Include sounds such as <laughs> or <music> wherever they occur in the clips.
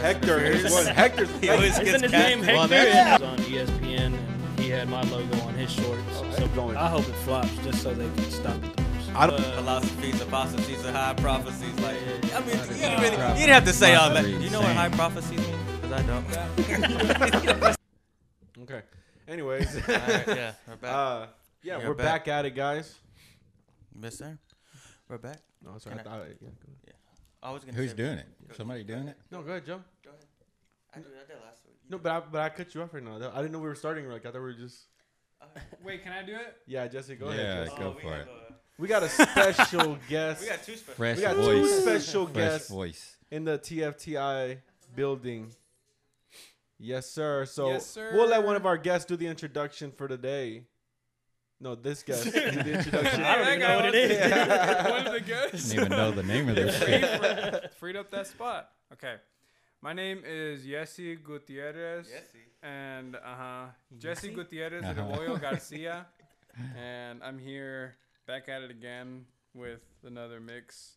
Hector is one. Hector. <laughs> He always Isn't gets his cat- name Well, Hector? that's- He was on E ESPN. And he had my logo on his shorts. Oh, that's so going- I hope it flops just so they can stop it. I don't. philosophies, apostasies, and high prophecies. Like, I mean, you didn't, Yeah. really, you didn't have to say all that. Prophecies. You know what high prophecies mean? Because I don't. <laughs> Okay. Anyways. Alright, <laughs> yeah, we're back. <laughs> Uh, yeah, You're we're back. back. at it, guys. Mister, we're back. No, sorry. I Can I- thought, yeah, go ahead. I was gonna Who's say- doing it? Somebody doing it? no, go ahead, Joe. I did I did last week. No, but I, but I cut you off right now. I didn't know we were starting. Like I thought we were just. Wait, can I do <laughs> it? Yeah, Jesse, go Yeah. ahead. Jesse. Let's go we for have, it. uh, We got a special guest. We got two special. Fresh We got two voice. special Fresh guests voice. in the TFTI building. Yes, sir. So Yes, sir. we'll let one of our guests do the introduction for today. No, this guest do the <laughs> introduction. I don't even know what it is. <laughs> <laughs> One of the guests. Didn't even <laughs> know the name of this shit. Freed up that spot. Okay. My name is Jesse Gutierrez. Jesse. And uh huh. Jesse Jesse? Gutierrez Uh-huh. <laughs> Arroyo Garcia. And I'm here back at it again with another mix.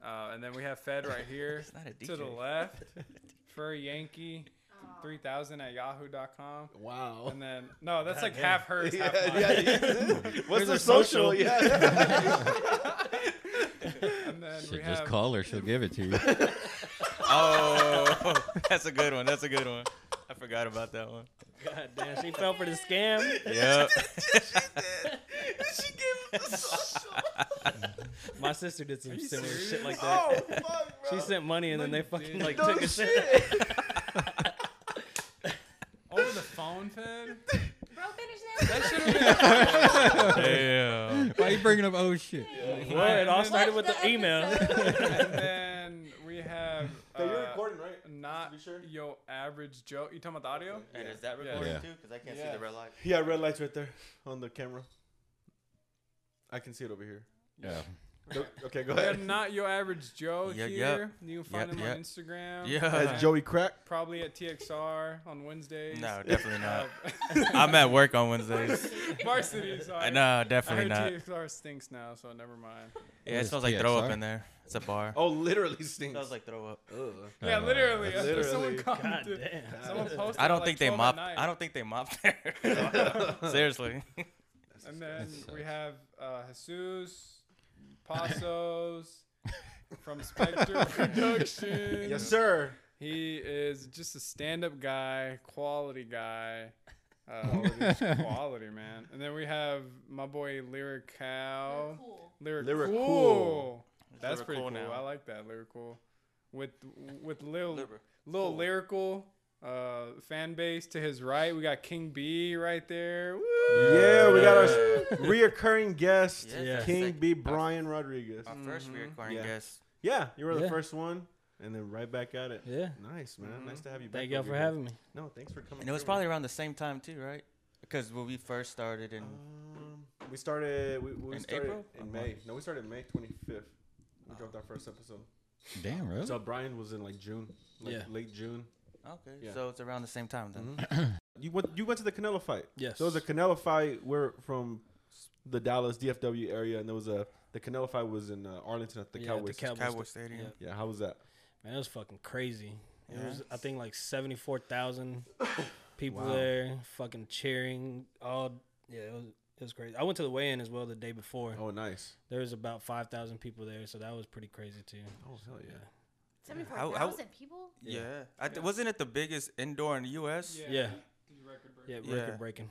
Uh, and then we have Fed right <laughs> here It's not a DJ. to the left. Fur Yankee 3000 at yahoo.com. Wow. And then, no, that's like half hers, half <laughs> mine. <laughs> What's her the social. social? <laughs> Yeah. And then we Shit, have just call her. She'll give it to you. Oh, <laughs> that's a good one. That's a good one. I forgot about that <laughs> one. God damn, she fell for the scam. Yep. My sister did some similar shit like that. oh fuck, bro. She sent money and then they fucking like No took a shit. over the phone, Fed. Bro, finish That that. should <laughs> have <laughs> Damn. Why are you bringing up old shit? <laughs> been. Well, it all And then- started with Watch the the email. <laughs> and then we have Hey, you're uh, recording, right? not Be sure. your average Joe. You talking about the audio? And is that Yeah. recording Yeah. too? Because I can't see Yeah. the red light. Yeah, red lights right there on the camera. I can see it over here. Yeah. <laughs> Go- Okay, go We have ahead. not your average Joe Yeah, yeah. here. You can find Yeah, him yeah. on Instagram. Uh, Yeah. As Joey Crack. Probably at TXR on Wednesdays. No, <laughs> definitely not. Uh, <laughs> I'm at work on <laughs> Wednesdays. <laughs> Varsity. Sorry. No, I definitely not. heard TXR stinks now, so <laughs> never mind. Yeah, it It's smells like throw up PXR. in there. It's a bar. Oh, literally stinks. Smells like throw up. Ugh. Yeah, Uh, literally. that's that's what literally- Someone God commented. <laughs> damn. Someone posted. I don't like think they 12 at mopped. night. I don't think they <laughs> mopped there. <laughs> Seriously. And then That we sucks. have uh, <laughs> Jesus Pasos from Spectre Productions. Yes, sir. He is just a stand-up guy, quality guy. Uh, quality, man. And then we have my boy Lyric Cow. <laughs> Cool. Lyric, Lyric Cool. Cool. That's pretty cool. Lyrical now. I like that lyrical. With with Lil Lyrical. Lil Cool. lyrical uh, fan base to his right, we got King B right there. Woo! Yeah, we got our s- <laughs> reoccurring guest, Yes, Yeah. King sec- B. our- Brian Rodriguez. Our first recording Yeah. guest. Yeah, you were the Yeah. first one, and then right back at it. Yeah. Nice, man. Nice to have you back. Thank y'all over for here. having me. No, thanks for coming. Mm-hmm. And it was through. probably around the same time too, right? Because when we first started in Um, we started. We, we In started April? Oh, Or in May. March? No, we started May 25th. We dropped our first episode. Damn, really? So Brian was in like June, like Yeah. late June. Uh-huh. okay, Yeah. so it's around the same time then. Mm-hmm. You went. You went to the Canelo fight. Yes. There was a Canelo fight. We're from the Dallas DFW area, and there was a the Canelo fight was in uh, Arlington at the Yeah, Cowboys. Mm-hmm. Cowboys. Cowboy Stadium. Yeah. yeah, how was that? Man, it was fucking crazy. It Yeah. was, I think, <coughs> like 74,000 people Wow. there, fucking cheering. All, yeah, it was, it was crazy. I went to the weigh in as well the day before. Oh, nice. There was about 5,000 people there, so that was pretty crazy, too. Oh hell yeah. How- how- 74,000 people? Yeah. I th- wasn't it the biggest indoor in the US? Yeah, Yeah. Record break. Yeah, Yeah. record breaking.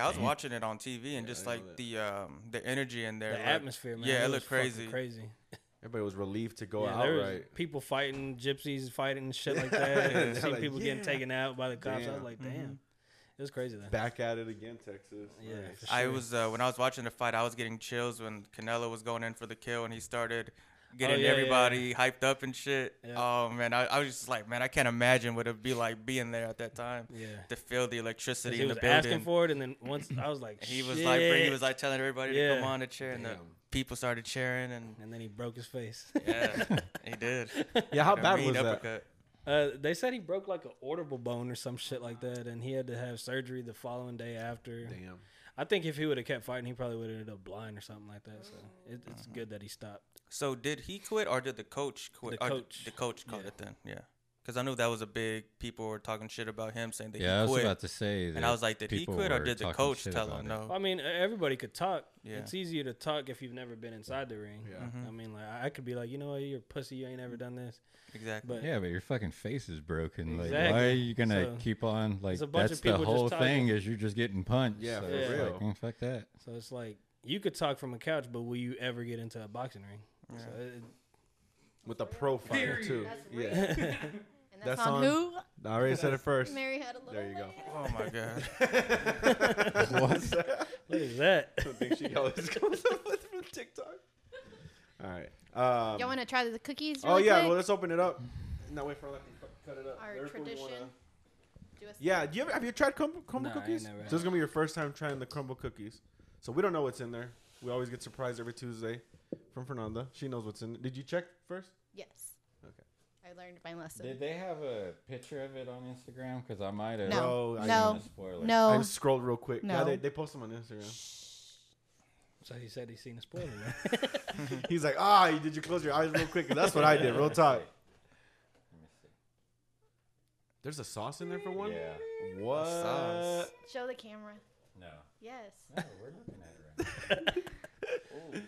I was watching it on TV and just I know like the um the energy in there. The like- atmosphere, man. Yeah, it was looked fucking crazy. Crazy. Everybody was relieved to go yeah, out. there was Right. people fighting, gypsies fighting, and shit <laughs> like that. Yeah, and they're seeing like, people "Yeah." getting taken out by the cops. I was Damn. like, damn, it was crazy. Then. Back at it again, Texas. Yeah, Nice. for I sure. was uh, when I was watching the fight, I was getting chills when Canelo was going in for the kill and he started getting Oh, yeah, yeah, everybody hyped up and shit. Yeah. Oh man, I, I was just like, man, I can't imagine what it'd be like being there at that time Yeah, to feel the 'Cause electricity he in was the asking building. for it, and then once I was like, and he was like, he "Shit." was like telling everybody to come Yeah. on the chair, and the Damn. people started cheering, <laughs> and and then he broke <laughs> his face. yeah, he did. Yeah, how The bad mean was that? uppercut. Uh, they said he broke like an orbital bone or some shit like that, and he had to have surgery the following day after. Damn. I think if he would have kept fighting, he probably would have ended up blind or something like that. So it, it's Mm-hmm. good that he stopped. So did he quit or did the coach quit? The Or coach. The coach called Yeah. it then. Yeah. because I knew that was a big. People were talking shit about him, saying that Yeah, I he was quit. about to say that. and I was like, did he people quit or were did the talking coach shit tell about him it. Oh. no? I mean, e- everybody could talk. Yeah. It's easier to talk if you've never been inside the ring. Yeah. I mean, like I I could be like, you know what, you're a pussy. You ain't ever done this. Exactly. But Yeah, but your fucking face is broken. Like, Exactly. why are you gonna So, keep on? Like, there's a bunch that's of the people just whole talking. thing is you're just getting punched. Yeah, so for it's real. Like, mm, fuck that. so it's like you could talk from a couch, but will you ever get into a boxing ring? So it, with the profile Period. too. That's yeah, And that's, That's on, on- who? <laughs> I already said it first. <laughs> Mary had a little. There you go. lamb. Oh <laughs> my god. what? look at that. I think she <laughs> always comes up with from TikTok. All right. Um, Y'all want to try the cookies? oh really yeah. quick? Well, let's open it up. No, wait for like cut it up. Our There's what we wanna- tradition. Do us- Yeah. Do you ever, have you tried crumble, crumble Nah, I ain't cookies? never So had this is gonna be your first time trying the crumble cookies. So we don't know what's in there. We always get surprised every Tuesday from Fernanda. She knows what's in. it. Did you check first? Yes. Okay. I learned my lesson. Did they have a picture of it on Instagram? Because I might have. No. Bro, I I no. shouldn't have spoiled it. I No. just scrolled real quick. Yeah, No. they, they post them on Instagram. So he said he's seen a spoiler. He's like, ah, you- did you close your eyes real quick? 'Cause that's what I <laughs> did, real tight. There's a sauce in there for one. Yeah. What? Uh, Sauce. Show the camera. No. <laughs> Yes. No, we're looking at it right now.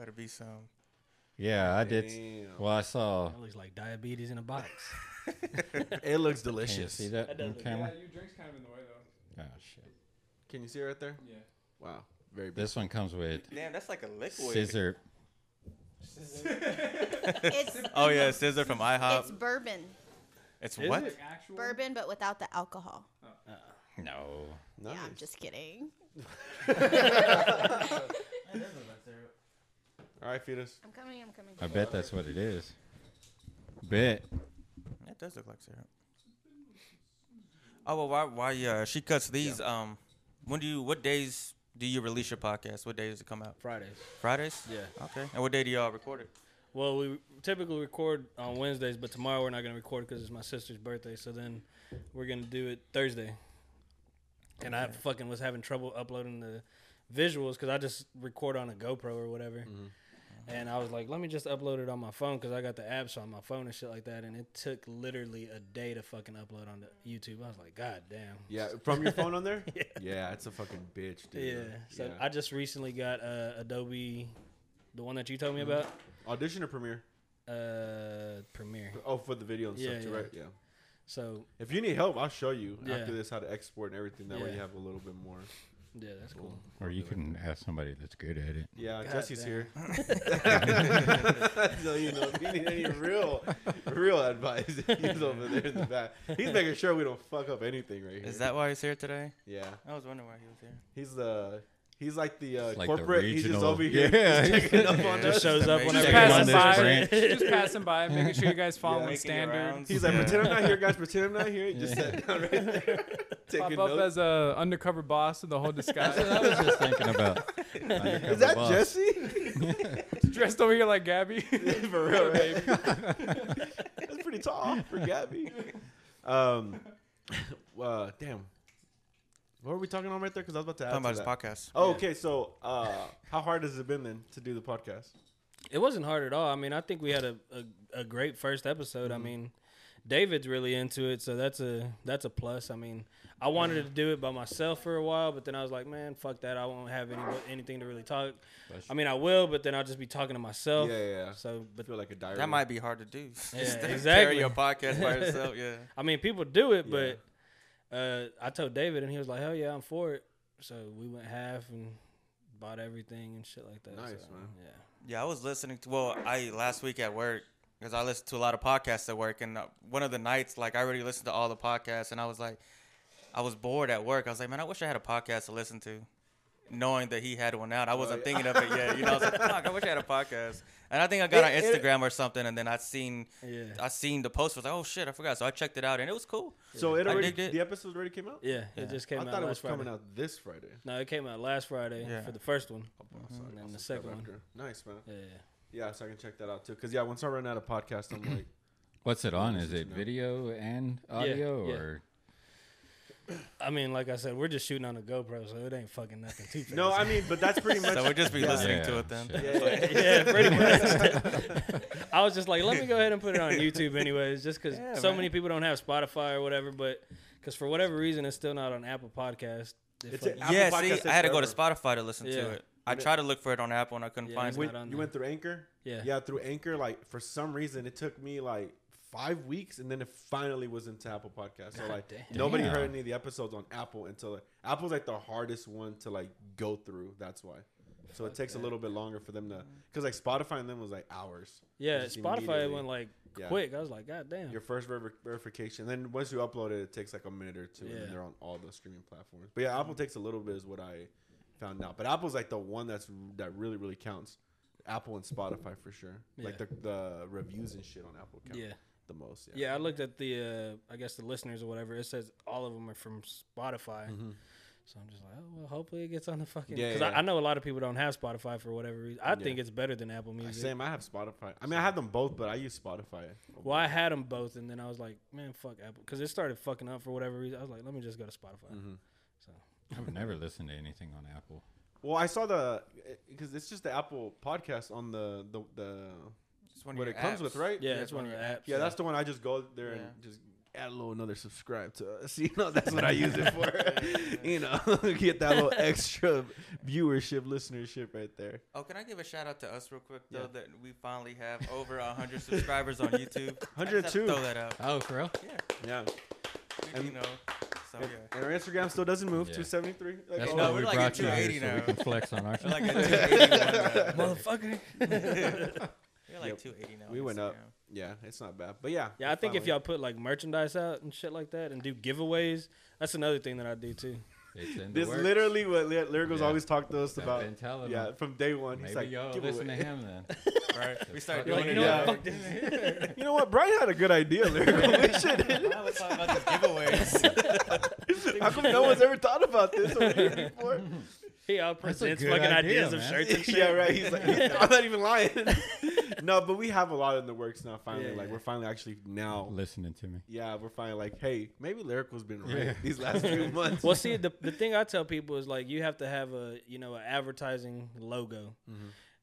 Better be some. <laughs> Yeah, I did. s- Damn. Well, I saw. that looks like diabetes in a box. It looks Can you delicious. see that, That on does look camera? Yeah, your drink's kind of in the way though. Oh shit! Can you see it right there? Yeah. Wow. Very big. This one comes with Damn, that's like a liquid. scissor. it's Oh yeah, scissor from IHOP. it's It's, bourbon. what? it? Actual. Bourbon, but without the alcohol. No. Nice. Yeah, I'm just kidding. All right, fetus. I'm coming. I'm coming. I bet that's what it is. Bet. That does look like syrup. Oh well, why? Why? Uh, she cuts these. Um, when do you? What days do you release your podcast? What day does it come out? Fridays. Fridays. Yeah. Okay. And what day do y'all record it? Well, we typically record on Wednesdays, but tomorrow we're not going to record because it's my sister's birthday. So then we're going to do it Thursday. And I fucking was having trouble uploading the visuals because I just record on a GoPro or whatever. Mm-hmm. And I was like, let me just upload it on my phone because I got the apps on my phone and shit like that. And it took literally a day to fucking upload on the YouTube. I was like, God damn. Yeah, from your phone on <laughs> there? yeah. it's a fucking bitch, dude. Yeah. So I just recently got uh, Adobe, the one that you told me about, Mm-hmm. Audition or premiere? uh, Premiere. Oh, for the video and Yeah, stuff, too, yeah. right? Yeah. So If you need help, I'll show you after Yeah. this how to export and everything. That way Yeah. you have a little bit more. yeah, that's cool. Or you can ask somebody that's good at it. Yeah, God Jesse's damn. here. <laughs> so you know, if you need any real, real advice, <laughs> he's over there in the back. He's making sure we don't fuck up anything right here. Is that why he's here today? Yeah, I was wondering why he was here. he's the. He's like the uh, It's like the corporate. he's just regional- over here. Yeah. just checking up on Yeah. us. just shows up Just whenever Just Checking you on want passing this to. by, <laughs> branch. just passing by, making sure <laughs> you guys following Making standards. rounds. He's like, pretend I'm Yeah. not here, guys. Pretend I'm not here. Just sat down right <laughs> there, Pop taking up notes. as a undercover boss of the whole <laughs> That's what I disguise. was just thinking about. Is that just? Jesse? Dressed over here like <laughs> <laughs> Gabby. For real, babe. <laughs> That's pretty tall for Gabby. Um, <laughs> uh, damn. What were we talking on right there? Because I was about to ask. Talking about his podcast. Oh, okay. So, uh, how hard has it been then to do the podcast? It wasn't hard at all. I mean, I think we had a, a, a great first episode. I mean, David's really into it, so that's a that's a plus. I mean, I wanted to do it by myself for a while, but then I was like, man, fuck that. I won't have any anything to really talk. I mean, I will, but then I'll just be talking to myself. yeah. So, I but feel like a diary. That might be hard to do. <laughs> Yeah, Just exactly. Carry your podcast by yourself. Yeah. I mean, people do it, Yeah. but uh, I told David, and he was like, hell yeah, I'm for it. So we went half and bought everything and shit like that. Nice, so, man. Yeah. Yeah, I was listening to well, I last week at work because I listened to a lot of podcasts at work, and uh, one of the nights, like I already listened to all the podcasts, and I was like, I was bored at work. I was like, man, I wish I had a podcast to listen to, knowing that he had one out. I wasn't yeah. thinking of it yet. You know, I was <laughs> like, fuck, I wish I had a podcast. And I think I got It- on it- Instagram or something, and then I seen, Yeah. I seen the post. I was like, oh shit, I forgot. So I checked it out, and it was cool. So it I already. digged it. The episode already came out. Yeah, it just came I out thought it last was Friday. coming out this Friday. No, it came out last Friday Yeah. for the first one. Oh, sorry, Mm-hmm. And I'll then the subscribe second one. after. Nice man. Yeah. Yeah, so I can check that out too. Because yeah, once I run out of <laughs> podcast, I'm like, What's it on? Just Is to it know. video and audio yeah. or? I mean, like I said, we're just shooting on a GoPro, so it ain't fucking nothing <laughs> too fast. No, I mean, but that's pretty <laughs> much. So we'll just be Yeah. listening to it then. shit. Yeah, yeah, pretty much. I was just like, let me go ahead and put <laughs> it on YouTube, anyways, just because Yeah, so man. many people don't have Spotify or whatever. But because for whatever reason, it's still not on Apple Podcast. It It's fucking- Apple yeah, Podcast see, takes I had to go to forever. Spotify to listen Yeah. to it. I tried to look for it on Apple and I couldn't Yeah, find it's it. When- not on you went through Anchor. Yeah. yeah, through Anchor. Like for some reason, it took me like five weeks, and then it finally was into Apple Podcast. So like Damn. nobody Damn. heard any of the episodes on Apple until Apple's like the hardest one to like go through. That's why. So it takes a that. little bit longer for them to, because like Spotify and them was like hours. yeah, Just Spotify immediately. went like Yeah. quick. I was like, God damn. Your first ver- verification. Then once you upload it, it takes like a minute or two, and Yeah. Mm-hmm. then they're on all the streaming platforms. But yeah, Apple takes a little bit, is what I found out. But Apple's like the one that's that really really counts. Apple and Spotify for sure. Like Yeah. the the reviews and shit on Apple count yeah, the most. Yeah. yeah. I looked at the, uh, I guess the listeners or whatever. It says all of them are from Spotify. So I'm just like, oh, well, hopefully it gets on the fucking. Mm-hmm. Yeah, Because yeah. I, I know a lot of people don't have Spotify for whatever reason. I think it's better than Apple Music. Same. I have Spotify. I mean, I have them both, but I use Spotify. Well, I had them both, and then I was like, man, fuck Apple, because it started fucking up for whatever reason. I was like, let me just go to Spotify. Mm-hmm. I've never listened to anything on Apple. Well, I saw the because it's just the Apple podcast on the the, the It's one of what your it comes apps. with, right? Yeah, it's one of the apps. Yeah, that's the one I just go there and Yeah. just add a little another subscribe to us. <laughs> You know, <laughs> that's what I use it for. you know, <laughs> get that little extra viewership, listenership right there. Oh, can I give a shout out to us real quick though Yeah. that we finally have over hundred subscribers on <laughs> YouTube. I just have to 102. Throw that out. Oh, for real? Yeah. You, And- know. So And, yeah. and our Instagram still doesn't move. Yeah. 273. Like, That's oh, No, why we're we like at brought you here 280 so we now. can flex on our <laughs> We're like shit. at 281 now. <laughs> <laughs> motherfucker. <laughs> We're like Yep. 280 now. we on went up. Instagram. Yeah, it's not bad. But yeah. Yeah, I think if finally. y'all put like merchandise out and shit like that, and do giveaways, that's another thing that I do too. It's in the This works. literally what Ly- Lyrical's Yeah. always talked to us I've about. been telling yeah, him. from day one. Maybe He's like, y'all "Give listen <laughs> away." to him <laughs> then. Right. We started You're doing like, it. uh, you know now. what, <laughs> fuck You know what? Brian had a good idea, Lyrical. <laughs> we <laughs> should. I was talking about these giveaways. How come no one's ever thought about this over here before? He all presents good fucking idea, ideas of man. shirts and <laughs> shit. yeah, right. He's like, <laughs> I'm not even lying. <laughs> no, but we have a lot in the works now. Finally, Yeah, like yeah. we're finally actually now. Listening to me. Yeah, we're finally like, hey, maybe Lyrical's been right Yeah. these last <laughs> few months. Well, see, the, the thing I tell people is like you have to have a you know an advertising logo.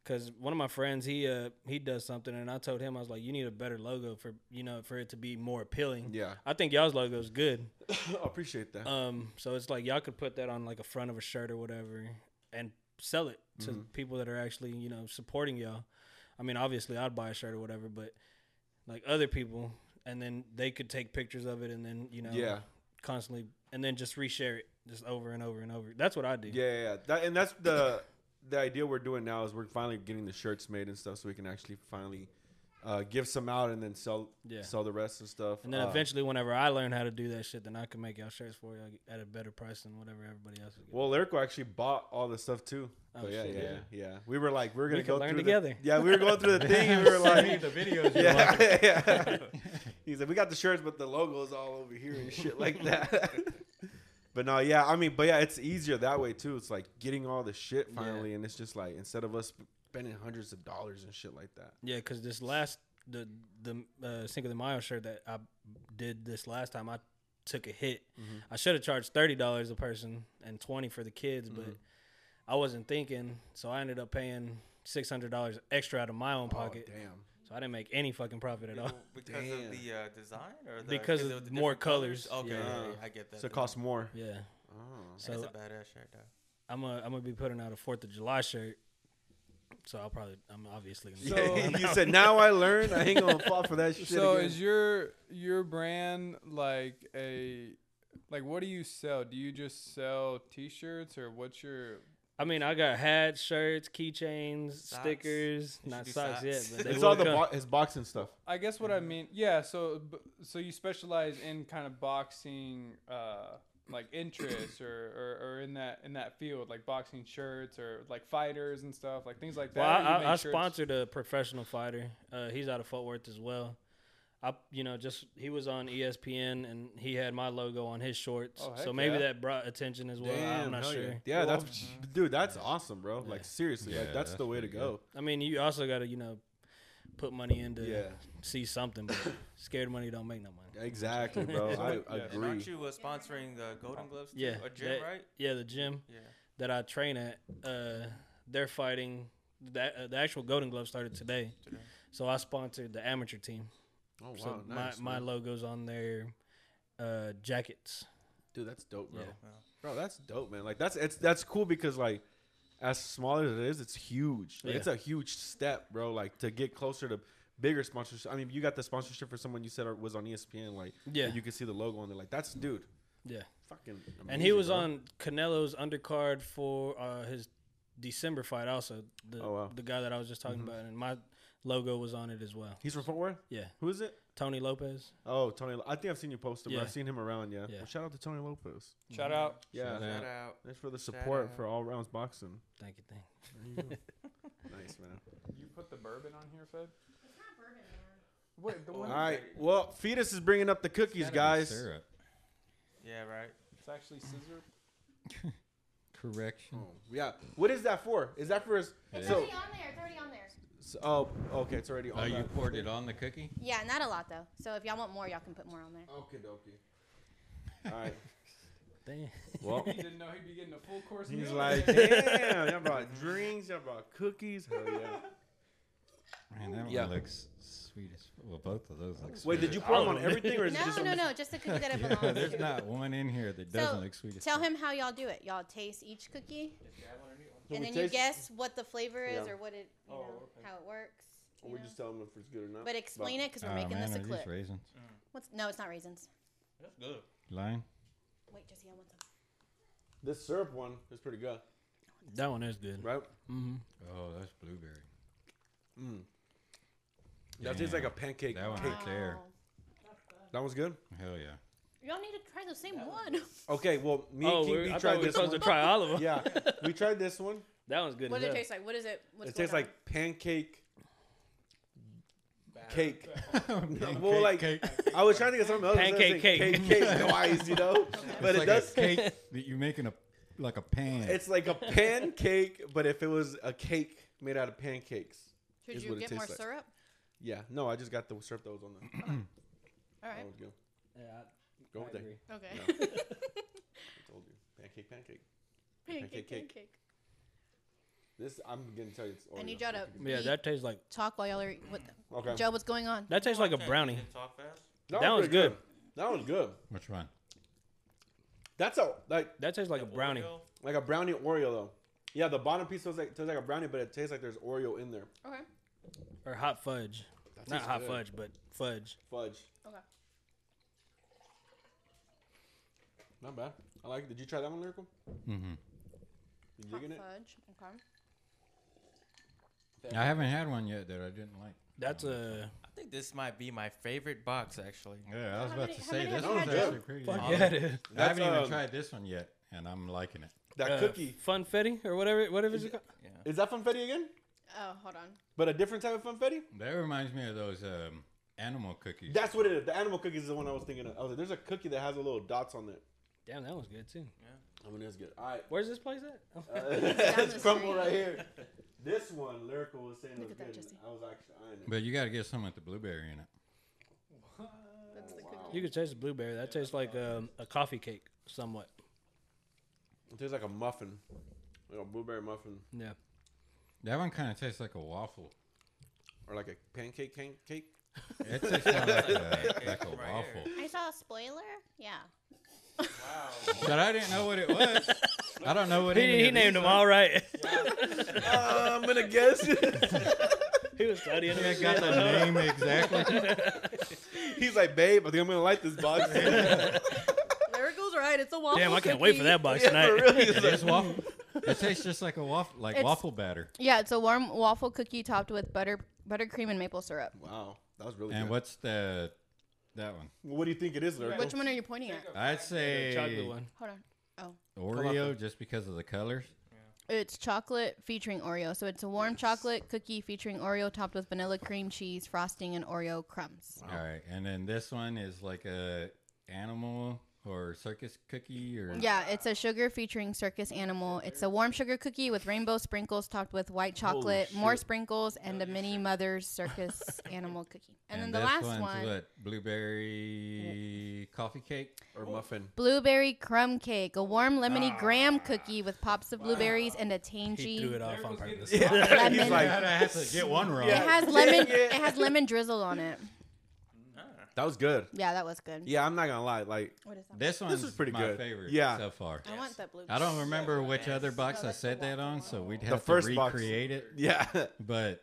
Because one of my friends, he uh he does something, and I told him I was like, you need a better logo for you know for it to be more appealing. <laughs> <laughs> Yeah, I think y'all's logo is good. I appreciate that. <laughs> Um, so it's like y'all could put that on like a front of a shirt or whatever and sell it to Mm-hmm. people that are actually, you know, supporting y'all. I mean, obviously I'd buy a shirt or whatever, but like other people and then they could take pictures of it and then, you know, Yeah. constantly and then just reshare it just over and over and over. That's what I do. yeah, yeah, yeah. That, and that's the the idea we're doing now is we're finally getting the shirts made and stuff, so we can actually finally uh, give some out and then sell Yeah. sell the rest and stuff. And then Uh, eventually whenever I learn how to do that shit, then I can make y'all shirts for y'all at a better price than whatever everybody else is getting. Well, Lyrical actually bought all the stuff too. Oh, So yeah, shit. yeah, yeah, We were like, we are gonna could go learn through the- together. yeah, we were going through <laughs> the thing, and we were like, the videos. <laughs> yeah, yeah. He said we got the shirts, but the logo's all over here and shit like that. <laughs> but no, yeah, I mean, but yeah, it's easier that way too. It's like getting all the shit finally, and it's just like instead of us spending hundreds of dollars and shit like that. Yeah, because this last the the uh, Cinco de Mayo shirt that I did this last time, I took a hit. Mm-hmm. I should have charged thirty dollars a person and twenty for the kids, Mm-hmm. but I wasn't thinking, so I ended up paying six hundred dollars extra out of my own Oh, pocket. damn. so I didn't make any fucking profit at all. Because Damn. of the uh, design or the, Because of the more different colours? colours, Okay, yeah. yeah, yeah, I get that. So it costs more. Yeah, Oh. So it's a so badass shirt though. I'm a, I'm gonna be putting out a Fourth of July shirt. So I'll probably I'm obviously gonna <laughs> Yeah, <laughs> you said now I learned I ain't gonna fall for that shit <laughs> So again. is your your brand like a like what do you sell? Do you just sell t-shirts or what's your I mean I got hats, shirts, keychains, Socks. stickers, You should not do socks, socks. yet, but they it's will all the come. bo- his boxing stuff. I guess what I mean, yeah. So, b- so you specialize in kind of boxing, uh, like interests, or, or, or in that in that field, like boxing shirts or like fighters and stuff, like things like that. Well, or you I, make I, I shirts? sponsored a professional fighter. Uh, he's out of Fort Worth as well. I, you know, just he was on E ESPN and he had my logo on his shorts, Oh, heck so maybe yeah. that brought attention as well. I'm not hell sure. Yeah, yeah Well, that's dude, that's awesome, bro. Like seriously, Yeah, like that's, that's the way to pretty go. I mean, you also got to, you know, put money in to Yeah. see something, but scared money don't make no money. Exactly, bro. Yeah. I Yeah. And agree. aren't you uh, sponsoring the Golden Gloves? Too? Yeah, Or gym, that- right? Yeah, the gym Yeah. that I train at, uh, they're fighting. That uh, the actual Golden Glove started today, Today. so I sponsored the amateur team. Oh so my my man. logo's on their uh, jackets. dude, that's dope, bro. Yeah. Bro, that's dope, man. Like that's it's that's cool because like as small as it is, it's huge. Like, Yeah. It's a huge step, bro. Like to get closer to bigger sponsorship. I mean, you got the sponsorship for someone you said was on E ESPN. Like Yeah. you can see the logo on there. Like that's dude. Yeah. Fucking. and he amazing, was bro. on Canelo's undercard for uh, his December fight. Also, the Oh, wow. Mm-hmm. the guy that I was just talking about, and my logo was on it as well. He's from Fort Worth. Yeah, Who is it? Tony Lopez. Oh, Tony. I think I've seen you post him. Yeah. I've seen him around. Yeah. Yeah. Well, shout out to Tony Lopez. Shout out. Yeah. Shout out. Shout out. Thanks for the Shout support out. for all rounds boxing. Thank you, thank. There you go. nice man. You put the bourbon on here, Fed? It's not bourbon, man. Wait, the Oh, one All right. Well, fetus is bringing up the cookies, guys. Yeah, right. It's actually scissor. Correction. Oh, yeah. What is that for? Is that for his? It's So- already on there. It's already on there. so- oh, okay. It's already on. Oh, you that. poured it on the cookie? Yeah, not a lot though. So if y'all want more, y'all can put more on there. Okay, dokie. All right. Damn. Well, He didn't know he'd be getting a full course meal. he's like, <laughs> damn, y'all brought drinks, y'all brought cookies. Hell yeah. Man, that Yeah. one looks sweet as Well, both of those look sweet. Wait, did as- you pour them on everything or is it just No, on no, the- no. Just <laughs> the cookie <laughs> that it Yeah, belongs there's to. not one in here that So, doesn't look sweet as Tell fuck. him how y'all do it. Y'all taste each cookie, we and then you taste- guess what the flavor is Yeah. or what it, you Oh, know, okay. how it works. Or you we know? just tell them if it's good or not. But explain it because we're Oh, making man, this a are these clip. raisins? What's no? It's not raisins. That's good. Lime? Wait, Jesse, I want some. This syrup one is pretty good, That one is good. right? Mm-hmm. Oh, that's blueberry. Mm. That tastes like a pancake. That one cake. right there. Wow. That one's good. Hell <laughs> yeah. Y'all need to try the same one. Okay, well, me Oh, and King we're, B I thought tried we were this supposed one. to try all of them. yeah, we tried this one. <laughs> that one's good. what as does it hell. taste like? What is it? What's it tastes going like pancake cake. Oh, Pancake well, like cake. I was trying to get something else. Pancake cake. cake, cake wise, you <laughs> know. but It's it like does. a cake that you make in a like a pan. It's like a pancake, but if it was a cake made out of pancakes, on? is Should you what it get more tastes like. syrup? yeah. No, I just got the syrup that was on the. All That right. was good. Yeah, Go with that. agree. <laughs> Okay. I told you, pancake, pancake. Pancake, cake. pancake. This I'm gonna tell you. It's I Oreo. need y'all to- Yeah, that tastes like Talk while y'all are. What the, Okay. Joe, what's going on? that tastes like a Oh, Okay, brownie. you can talk fast. that one's one's pretty good. That one's good. Which one? That's a like That tastes like a The brownie. Oreo. like a brownie Oreo though. Yeah, the bottom piece tastes like tastes like a brownie, but it tastes like there's Oreo in there. Okay. or hot fudge. That Not tastes hot good. fudge, but fudge. Fudge. Okay. Not bad. I like. it. Did you try that one, lyrical? Mm-hmm. You Hot digging it? fudge. Okay. I haven't had one yet that I didn't like. That's a I think this might be my favorite box actually. Yeah, I was How about many- to how say many have this you one's had, Joe? actually pretty good. yeah, it is. I haven't That's, even um, tried this one yet, and I'm liking it. That uh, cookie. funfetti or whatever. Whatever it's called. Yeah. Is that funfetti again? Oh, hold on. But a different type of funfetti? That reminds me of those um, animal cookies. That's what it is. The animal cookies is the one I was thinking of. I was like, there's a cookie that has the little dots on it. Damn, that one's good too. I mean, it's good. All right. Where's this place at? Oh. <laughs> Uh, <laughs> the it's crumble street. right <laughs> here. This one, lyrical was saying Look it was at that, good. and Jesse. I was actually eyeing it. but you got to get some with the blueberry in it. That's the wow. cookie. You can taste the blueberry. That tastes like um, a coffee cake, somewhat. It tastes like a muffin, like a blueberry muffin, Yeah. That one kind of tastes like a waffle. or like a pancake <laughs> can- cake. <laughs> It tastes kinda like a, like Right a here. waffle. I saw a spoiler. Yeah. But I didn't know what it was. I don't know what He, he named them all right. Uh, I'm gonna guess. <laughs> he was studying. I them. got the name exactly. <laughs> He's like, babe, I think I'm gonna like this <laughs> box. <laughs> Lyrical's right. It's a waffle. Damn, I can't wait for cookie. that box Yeah, tonight. for real. He's It like- is waffle. It tastes just like a waffle, like It's- waffle batter. Yeah, it's a warm waffle cookie topped with butter, buttercream, and maple syrup. wow, that was Oh, really And good. what's the that one? What do you think it is, lyrical? Which one are you pointing at? I'd The say chocolate one. Hold on. Oreo, just because of the colors. It's chocolate featuring Oreo. So it's a warm chocolate cookie featuring Oreo topped with vanilla cream cheese frosting and Oreo crumbs. All right, and then this one is like a animal or circus cookie or Yeah, it's a sugar featuring circus animal. It's a warm sugar cookie with rainbow sprinkles topped with white chocolate, more sprinkles, and a mini mother's circus <laughs> animal cookie. And, then the this last one's one, what blueberry coffee cake. or muffin. blueberry crumb cake, a warm lemony Ah. graham cookie with pops of blueberries and a He threw tangy. it It, off on purpose. Yeah. Lemon. He's like, I have to get one wrong. has <laughs> lemon. It has lemon drizzle on it. that was good. Yeah, that was good. Yeah, I'm not gonna lie. Like, <laughs> What is that? This one's is pretty my good. favorite Yeah. so far. I want that blue. I don't remember which other box No, I that's said the that one. on, so we'd have first to box. recreate it. yeah, But Oh, has like the accent.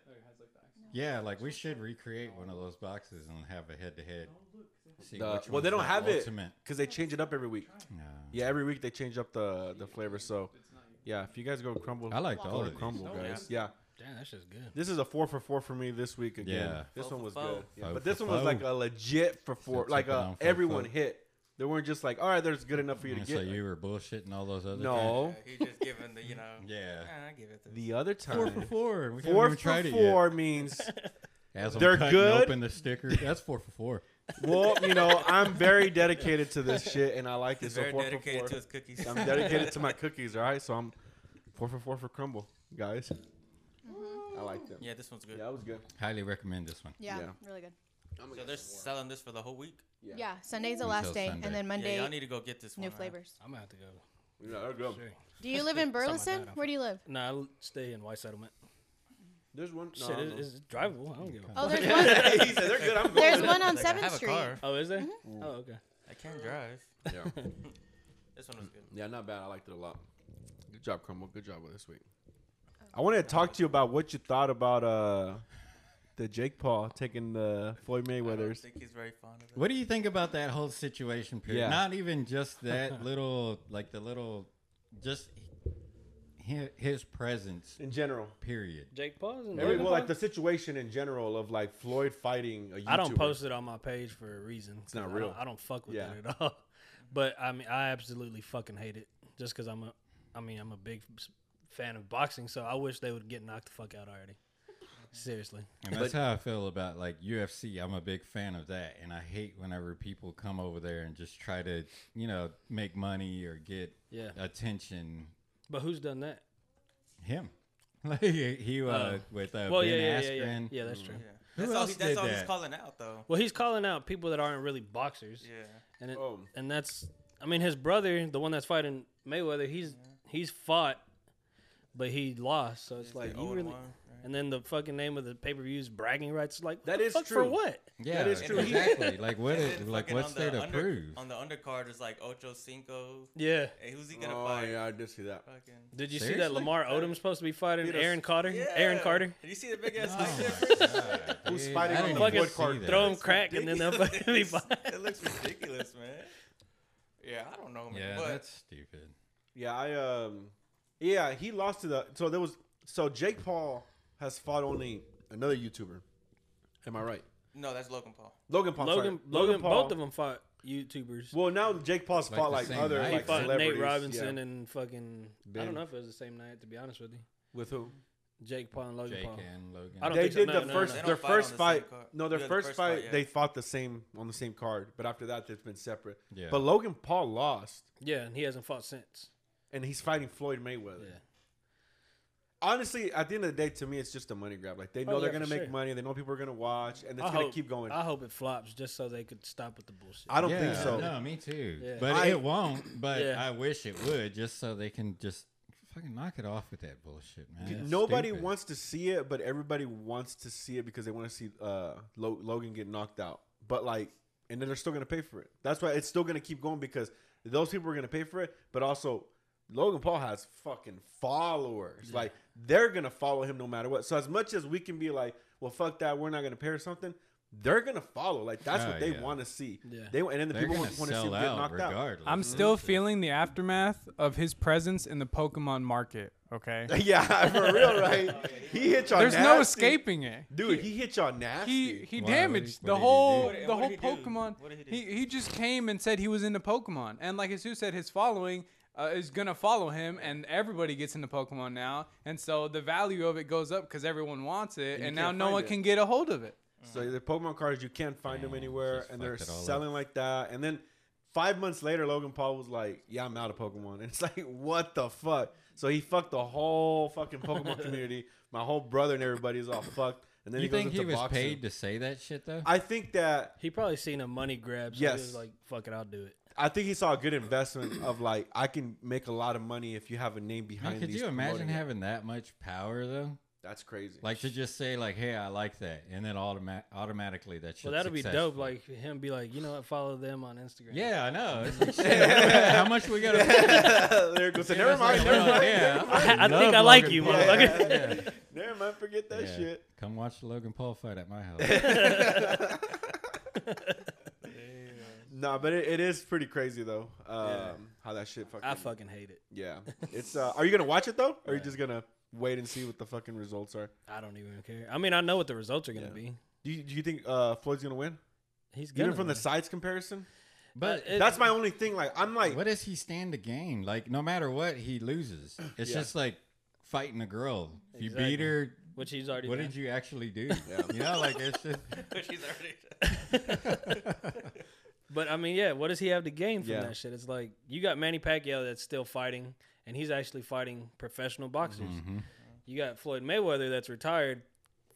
yeah, like we should recreate one of those boxes and have a head to head. See The- which well, they one's don't the have it ultimate. because they change it up every week. No. Yeah, every week they change up the the flavor. So, yeah, if you guys go to crumble, I liked go to all of these. Oh, crumble, guys. Yeah. Damn, that's just good. This is a four for four for me this week again. Yeah. This Four one for was four. good. Yeah, Four But for this one was four. like a legit for four. Still like checking a, on four everyone four. hit. They weren't just like, all right, there's good enough for you to And get. so Like, you were bullshitting all those other no, He's just giving the, you know. things? <laughs> Yeah. "Ah, I give it to the other time. Four for four. We Four haven't even for tried it yet. four <laughs> means As I'm They're cutting good. Open the sticker. <laughs> That's four for four. well, you know, I'm very dedicated to this shit, and I like it. He's So very four dedicated for to four. his cookies. <laughs> I'm dedicated <laughs> to my cookies. All right, so I'm four for four for crumble, guys. I like them. Yeah, yeah, this one's good. that was good. Highly recommend this one. Yeah, Yeah. really good. So they're selling this for the whole week. Yeah, Sunday's the Until last day, Sunday. and then yeah, Monday y'all need to go get this new one. <laughs> huh? <laughs> flavors. I'm gonna have to go. Yeah, they're good. Sure. Do you live Something in like Burleson? that. Where do you live? Nah, I'll stay in White Settlement. There's one. No, Shit, I don't <laughs> it's, it's drivable. I don't give a. Oh, there's one. know. he said they're good. <laughs> <laughs> I'm There's going. one on Like, I Seventh have a Street. car. Oh, is there? Oh, okay. I can drive. Yeah. This one was good. Yeah, not bad. I liked it a lot. Good job, Crumble. Good job with this week. I wanted to talk to you about what you thought about uh the Jake Paul taking the Floyd I don't Mayweather's. think he's very fond of it. What do you think about that whole situation? Period. Yeah. Not <laughs> even just that little, like the little, just hi- his presence. In general, Period. Jake Paul's in Every, Logan well, like Paul? the situation in general of like Floyd fighting a YouTuber. I don't post it on my page for a reason. It's not I real. don't, I don't fuck with Yeah. it at all. <laughs> But I mean, I absolutely fucking hate it just because I'm a, I mean, I'm a big s- fan of boxing. So I wish they would get knocked the fuck out already. Seriously. And that's how I feel about like UFC. I'm a big fan of that, and I hate whenever people come over there and just try to, you know, make money or get Yeah. attention. But who's done that? Him, <laughs> like he uh, Oh. with uh, well, Ben yeah, yeah, yeah, Askren. yeah, yeah. that's true. Yeah. That's all, else he, that's did all he's that? calling out, though. Well, he's calling out people that aren't really boxers, Yeah. and it, Oh. and that's, I mean, his brother, the one that's fighting Mayweather, he's he's fought, but he lost. So it's like you old really. oh one, right? And then the fucking name of the pay per views bragging rights. Like That that is is fuck for true. what? Yeah, That is true. <laughs> Exactly. Like what? And Is, then like fucking what's on there the to under- prove? On the undercard is like Ocho Cinco. Yeah. Hey, who's he gonna Oh fight? yeah, I did see that. Fucking. Did you see that Seriously? Lamar Odom supposed to be fighting Peter- Aaron Carter? Yeah. Aaron Carter. Did you see the big ass? <laughs> <laughs> Oh Oh my God, Who's dude. fighting I on didn't the even wood see card? that. Throw him crack and then <laughs> they'll fucking be it fine. looks ridiculous, man. Yeah, I don't know, man. Yeah, but that's stupid. Yeah, I um, yeah, he lost to the. So there was. So Jake Paul has fought only another YouTuber. Am I right? no, that's Logan <laughs> Paul. Logan Paul. sorry. Logan, Logan, Paul. both of them fought YouTubers. Well, now Jake Paul's Like fought the like same other night. he like fought celebrities. Nate Robinson yeah. and fucking. I Ben. don't know if it was the same night. To be honest with you, with who? Jake Paul and Logan Jake Paul. and Logan. I don't they think so. did No, the no, first no. They their don't fight on first the same fight. card. No, their Yeah, the first, first fight fight, yeah. they fought the same on the same card, but after that it's been separate. Yeah. But Logan Paul lost, Yeah, and he hasn't fought since. and he's fighting Floyd Mayweather. Yeah. Honestly, at the end of the day, to me, it's just a money grab. Like they know yeah, they're gonna for make sure. money, they know people are gonna watch, and it's I gonna hope- keep going. I I, hope it flops just so they could stop with the bullshit. don't yeah, think so. No, me too. Yeah. But I- it won't. But Yeah. I wish it would, just so they can just fucking knock it off with that bullshit, man. Dude, It's nobody stupid. wants to see it, but everybody wants to see it because they want to see uh, Lo- Logan get knocked out. But like, and then they're still gonna pay for it. That's why it's still gonna keep going because those people are gonna pay for it. But also, Logan Paul has fucking followers. Like they're gonna follow him no matter what. So as much as we can be like, well, fuck that, we're not gonna pay or something. They're gonna follow. Like that's Oh, what they yeah. want to see. Yeah. They and then the They're people gonna want to see him sell get out knocked out. regardless. I'm still feeling the aftermath of his presence in the Pokemon market. Okay, <laughs> yeah, for real, right? He hit y'all. there's no nasty. escaping it. dude. He hit y'all nasty. He Why? he What did- damaged what the did he whole do? What- the what whole did he do? Pokemon. What did he He do? he just came and said he was into Pokemon, and like Azu said, his following. Uh, is gonna follow him, and everybody gets into Pokemon now, and so the value of it goes up because everyone wants it, you and now can't no find one it. can get a hold of it. So the Pokemon cards you can't find them Damn, anywhere, just and they're fucked it all selling up. like that. And then Five months later, Logan Paul was like, "Yeah, I'm out of Pokemon," <laughs> and it's like, "What the fuck?" So he fucked the whole fucking Pokemon <laughs> community. My whole brother and everybody is all fucked. And then he you goes think into he was boxing. paid to say that shit though? I think that He probably seen a money grab. So Yes. He was like, fuck it, I'll do it. I think he saw a good investment of like I can make a lot of money if you have a name behind. Man, could these you imagine promoting it. having that much power though? That's crazy. <laughs> Like to just say like, "Hey, I like that," and then automa- automatically that shit. Well, that'll be dope. Like him be like, you know what? Follow them on Instagram. yeah, I know. It's like, shit, how much we gotta? <laughs> there it goes. So never <laughs> It's like, mind. Never bro, mind. yeah, I, I love think I like Logan you, Paul. motherfucker. Yeah. Never mind. Forget that Yeah. shit. Come watch the Logan Paul fight at my house. Nah, but it, it is pretty crazy though. Um, how that shit fucking. I fucking hate it. Yeah. <laughs> It's. Uh, are you gonna watch it though? Or are you just gonna wait and see what the fucking results are? I don't even care. I mean, I know what the results are going to Yeah. be. Do you, do you think uh, Floyd's gonna win? He's good. Even from the sides comparison. But That's my only thing. Like I'm like. <laughs> what <laughs> does he stand to gain? Like no matter what, he loses. It's Yeah. just like fighting a girl. If you Exactly. beat her, Which he's already what done. did you actually do? You know, like it's just She's already. But I mean, yeah, what does he have to gain from Yeah. that shit? It's like you got Manny Pacquiao that's still fighting, and he's actually fighting professional boxers. Mm-hmm. mm-hmm. You got Floyd Mayweather that's retired,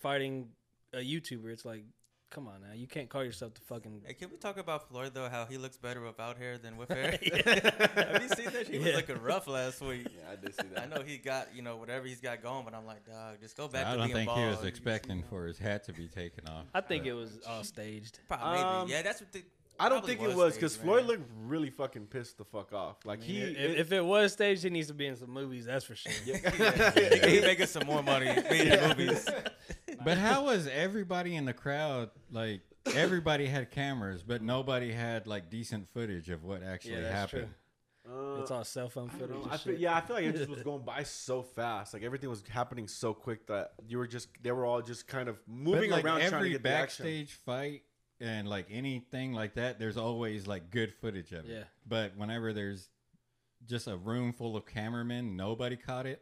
fighting a YouTuber. It's like, come on now, you can't call yourself the fucking. Hey, can we talk about Floyd though? How he looks better without hair than with hair. <laughs> Have you <laughs> seen that? He was Yeah. looking rough last week. I did see I know he got you know whatever he's got going, but I'm like, dog, just go back. I to don't being think bald. he was You see expecting that? for his hat to be taken off. I think it was all staged. Probably. Um, yeah, that's what. The, I don't probably think it was staged, because man. Floyd looked really fucking pissed the fuck off. Like he, if, <laughs> if it was staged, he needs to be in some movies. That's for sure. he could be making some more money being in movies. But how was everybody in the crowd like everybody had cameras, but nobody had like decent footage of what actually that's happened? true. Uh, It's all cell phone I don't footage. know. and I feel, shit. yeah, I feel like it just was going by so fast. Like everything was happening so quick that you were just they were all just kind of moving but, like, around trying to every get the action. backstage fight and like anything like that there's always like good footage of it Yeah. but whenever there's just a room full of cameramen nobody caught it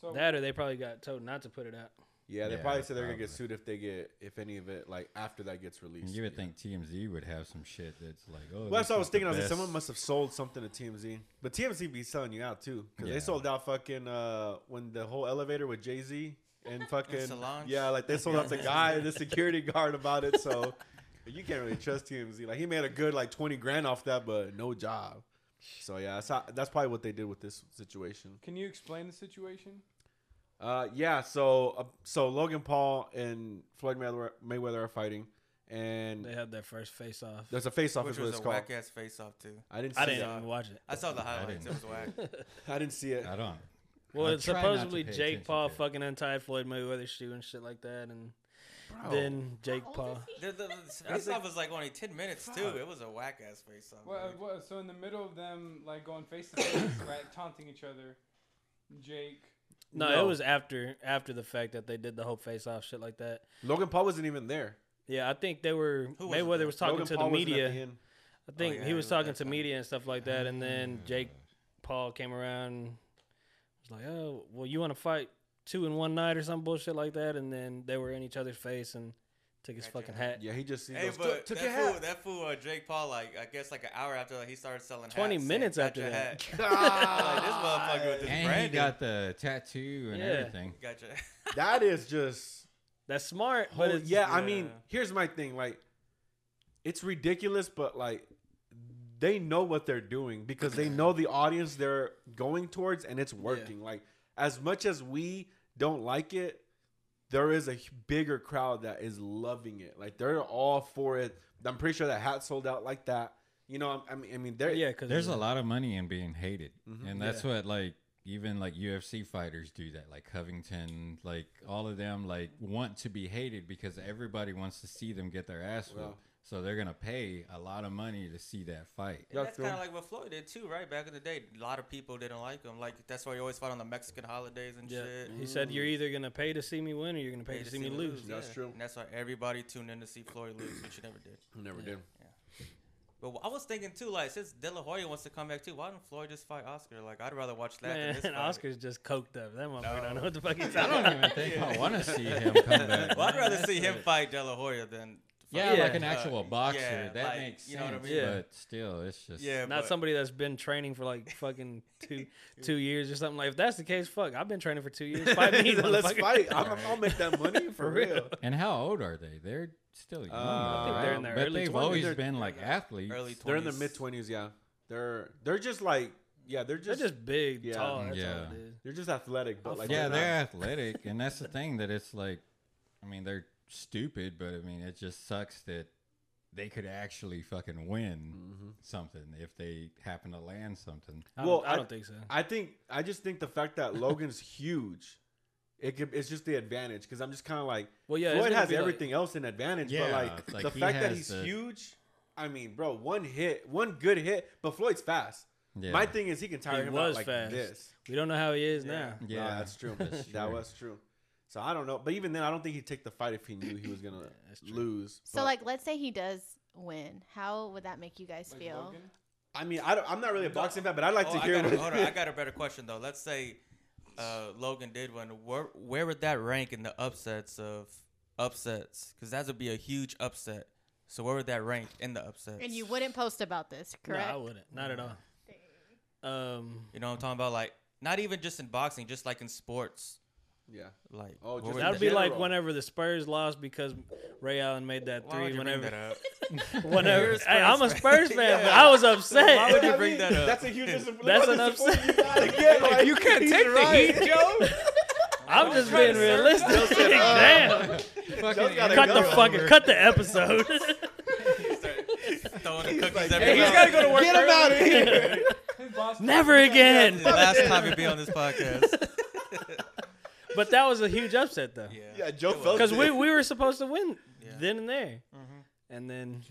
So That or they probably got told not to put it out. Yeah, they Yeah, probably said they're gonna get probably. sued if they get if any of it like after that gets released. you would Yeah. think tmz would have some shit that's like oh Well, this that's what I is was the thinking. I was like, best. someone must have sold something to TMZ, but TMZ be selling you out too because Yeah. they sold out fucking uh, when the whole elevator with Jay Z and fucking Solange. yeah, like they sold out the guy, the security guard about it. So <laughs> you can't really trust TMZ. Like he made a good like twenty grand off that, but no job. So yeah, that's how, that's probably what they did with this situation. can you explain the situation? Uh, yeah. So uh, so Logan Paul and Floyd Mayweather, Mayweather are fighting, They and had their first face off. there's a face off. Which Is what was it's a called. whack ass face off too. I didn't. See I didn't It. even watch it. I saw the highlights. It didn't. was whack. <laughs> I didn't see it. i don't Well, I it's try not to supposedly pay Jake attention Paul to it. fucking untied Floyd Mayweather's shoe and shit like that, and then Jake Paul. The, the, the face off was like only ten minutes too. It was a whack ass face off. Well, dude. well, so in the middle of them like going face to face, right, taunting each other, Jake. No, No. it was after after the fact that they did the whole face off shit like that. Logan Paul wasn't even there. Yeah, I think they were Who wasn't Mayweather there? was talking Logan to Paul the wasn't at media. the end. I think yeah, he he was was talking at to the- media and stuff like that, and then Jake Paul came around, was like, "Oh, well, you want to fight two in one night or some bullshit like that?" And then they were in each other's face and took his fucking hat. Yeah, he just he Hey, goes, but "Took- took your that fool, hat." that fool uh, Jake Paul, like I guess like an hour after like, he started selling. 20 hats, minutes saying, after "Got your <laughs> that. hat." <laughs> like, this motherfucker with this and branding. he got the tattoo and Yeah. everything Got your- <laughs> that is just. That's smart, Holy, but it's, yeah, I mean, yeah. here's my thing. Like, it's ridiculous, but like, they know what they're doing because they know the audience they're going towards, and it's working. Like, as much as we don't like it, there is a h- bigger crowd that is loving it. Like, they're all for it. I'm pretty sure that hat sold out like that. You know, I I mean, I mean, they're yeah, because there's a lot of money in being hated and that's what like even like ufc fighters do that like covington like all of them like want to be hated because everybody wants to see them get their ass whooped Well. so they're gonna pay a lot of money to see that fight Yeah, That's true. kind of like what Floyd did too, right? Back in the day, a lot of people didn't like him. Like that's why he always fought on the Mexican holidays and Yeah. shit. He said, Mm. "You're either gonna pay to see me win, or you're gonna pay, Pay to see me lose." That's true. And that's why everybody tuned in to see Floyd lose, which he never did. never did. But I was thinking too, like since De La Hoya wants to come back too, why don't Floyd just fight Oscar? Like I'd rather watch that than Man, <laughs> this fight. <laughs> Oscar's just coked up. That motherfucker don't know what the <laughs> fuck he's I talking don't about. <laughs> even think I want to see him come back. Well, I'd rather see him fight De La Hoya than. Yeah, fight. like Yeah. an actual Uh, boxer. yeah, that like, makes sense. you know what I mean? Yeah. But still, it's just Yeah, Not but- somebody that's been training for like <laughs> fucking two two years or something. Like if that's the case, fuck, I've been training for two <laughs> years. Fight me, Let's motherfucker. <laughs> fight. I'm, I'll make that money for For real. real. And how old are they? They're still young. Uh, though, I think right? they're in their but early they've 20s. always They're- been like athletes. Early They're in their 20s. mid twenties. Yeah, they're they're just like yeah, they're They're just just big, Yeah. tall. That's all Yeah. it is. they're just athletic, but like yeah, not- they're athletic, and that's the thing that it's like. I mean, they're stupid, but I mean, it just sucks that they could actually fucking win Mm-hmm. something if they happen to land something. I don't, Well, I I- don't think so. I think I just think the fact that Logan's <laughs> huge, it could, it's just the advantage because I'm just kind of like Well, yeah, it's Floyd gonna has be like- everything else in advantage, Yeah, but it's like, like the he fact that has he's the- huge, I mean, bro, one hit, one good hit, but Floyd's fast. Yeah. My thing is he can tire He him out was like fast. this. We don't know how he is now. Yeah, that's true. <laughs> That was true. So I don't know, but even then, I don't think he'd take the fight if he knew he was <laughs> gonna lose. So But, like, let's say he does win. How would that make you guys feel? I mean, I don't, I'm not really a boxing fan, but I'd like Oh, to I hear. got a, what- hold <laughs> on, I got a better question though. Let's say uh, Logan did win. Where where would that rank in the upsets of upsets? Because that would be a huge upset. So where would that rank in the upsets? And you wouldn't post about this, correct? No, I wouldn't. Not at all. Um, You know what I'm talking about? Like not even just in boxing, just like in sports. yeah. Like Oh, where just would in that'd that- be like general. whenever the Spurs lost because Ray Allen made that Why would three. you bring Whenever, that up? You're whenever. a Hey, I'm a Spurs Spurs fan, but I was upset. Why would <laughs> you bring that up? That's a huge. dis- That's an disappointment upset. you got again, like, You can't he's take right. the heat, Joe. <laughs> I'm just trying to being serve realistic. <laughs> Damn. Joe's gotta Cut the go. fucking cut the episode. <laughs> <laughs> Throwing the cookies Hey, he's everywhere. <laughs> got to go to work. Get him out of early. here. <laughs> His boss- Never again. the last time he'd be on this podcast. But that was a huge upset though. Yeah, Joe felt Because we, it. we were supposed to win Yeah. then and there. And then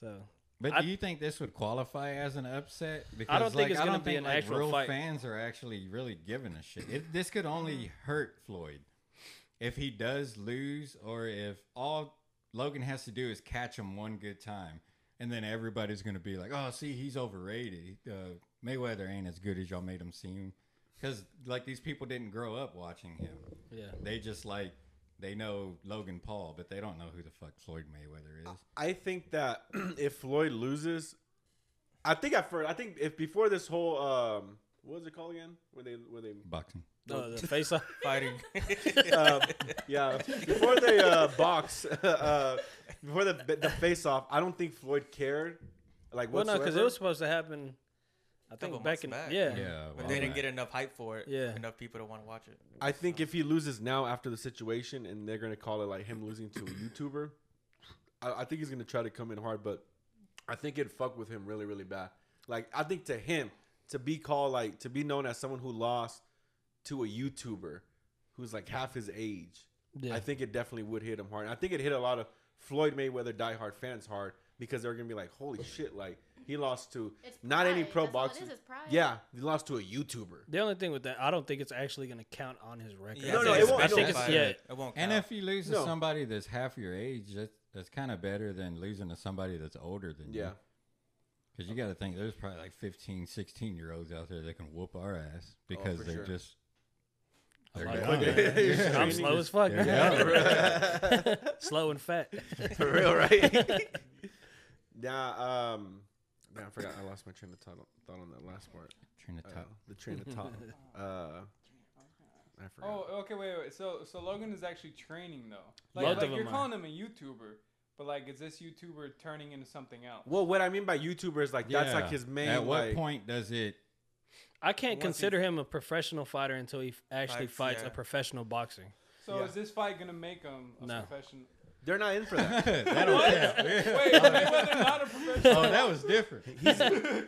so But I- do you think this would qualify as an upset? Because don't think it's gonna be an like, actual real fight. fans are actually really giving a shit. It, this could only hurt Floyd if he does lose, or if all Logan has to do is catch him one good time, and then everybody's gonna be like, "Oh, see, he's overrated. Uh, Mayweather ain't as good as y'all made him seem." Because like these people didn't grow up watching him. yeah. They just like they know Logan Paul, but they don't know who the fuck Floyd Mayweather is. I think that <clears throat> if Floyd loses, I think at first, I think if before this whole um, what was it called again? Where they where they Boxing. Oh, the face off. Fighting. <laughs> um, yeah, before they uh, box, <laughs> uh, before the the face off, I don't think Floyd cared. Like Well, whatsoever. no, because it was supposed to happen. I Couple months think back in back. yeah. Yeah, But well, they didn't that- get enough hype for it. Yeah. Enough people to want to watch it. I think if he loses now after the situation, and they're gonna call it like him losing to a YouTuber, I, I think he's gonna try to come in hard, but I think it'd fuck with him really, really bad. Like I think to him to be called like to be known as someone who lost to a YouTuber who's like half his age. Yeah. I think it definitely would hit him hard. And I think it hit a lot of Floyd Mayweather diehard fans hard because they're gonna be like, "Holy shit!" Like he lost to It's not any pride. pro That's all it boxer. is, is pride. Yeah, he lost to a YouTuber. The only thing with that, I don't think it's actually going to count on his record. No, I no, think it it's won't- a I think bad it's- fight. yeah. It won't count. And if you lose No. to somebody that's half your age, that's that's kind of better than losing to somebody that's older than you. Yeah. Because you got to think there's probably like 15, 16 year olds out there that can whoop our ass because Oh, for they're sure. just. They're like "Oh, young. that. <laughs> Yeah. I'm slow as fuck. <laughs> <laughs> Yeah. slow and <laughs> fat. For real, <laughs> right? <laughs> nah, um, man, I forgot. I lost my train of thought, thought on that last part. <laughs> Trying to Uh, top. the train of thought. Uh, I forgot. Oh, okay, wait, wait. So, so Logan is actually training though. Like, Both like of you're them are. calling him a YouTuber, but like, is this YouTuber turning into something else? Well, what I mean by YouTuber is like that's like Yeah. his main. At what like- point does it? <laughs> <laughs> I can't Once consider him a professional fighter until he f- actually Fights, fights yeah. a professional boxer. <laughs> So, Yeah. is this fight gonna make him a No. professional? They're not in for <laughs> that. that don't count. <laughs> Yeah. Wait, Mayweather not <laughs> a professional. Oh, that was different.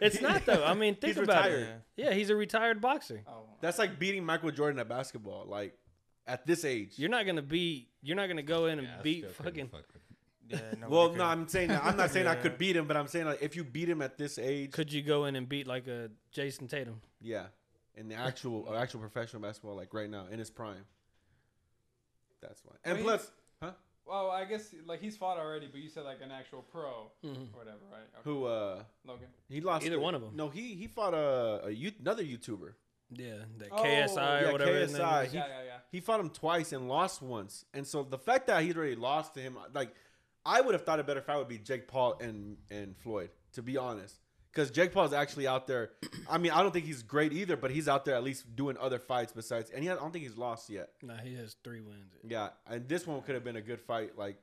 It's not though. I mean, think He's about retired. it. Yeah, he's a retired boxer. Oh, That's like beating Michael Jordan at basketball. Like at this age. You're not gonna be. You're not gonna go in and Yeah, I beat still couldn't fucking. fuck with it. Yeah, <laughs> nobody well, could. no, I'm saying I'm not saying I Yeah. could beat him, but I'm saying like if you beat him at this age, Could you go in and beat like a Jason Tatum? yeah, in the actual or actual professional basketball, like right now in his prime. That's why. And Wait. plus, huh? well, I guess like he's fought already, but you said like an actual pro or whatever, right? Okay. Who uh Logan. He lost Either to- one of 'em. No, he he fought a, a you- another YouTuber. Yeah, that Oh, KSI yeah, or whatever. his name KSI. is. He- yeah, yeah, yeah. He fought him twice and lost once. And so the fact that he already lost to him, like I would have thought a better fight would be Jake Paul and and Floyd, to be honest. Because Jake Paul's actually out there. I mean, I don't think he's great either, but he's out there at least doing other fights besides. And he, I don't think he's lost yet. Nah, he has three wins. Yeah, and this one could have been a good fight, like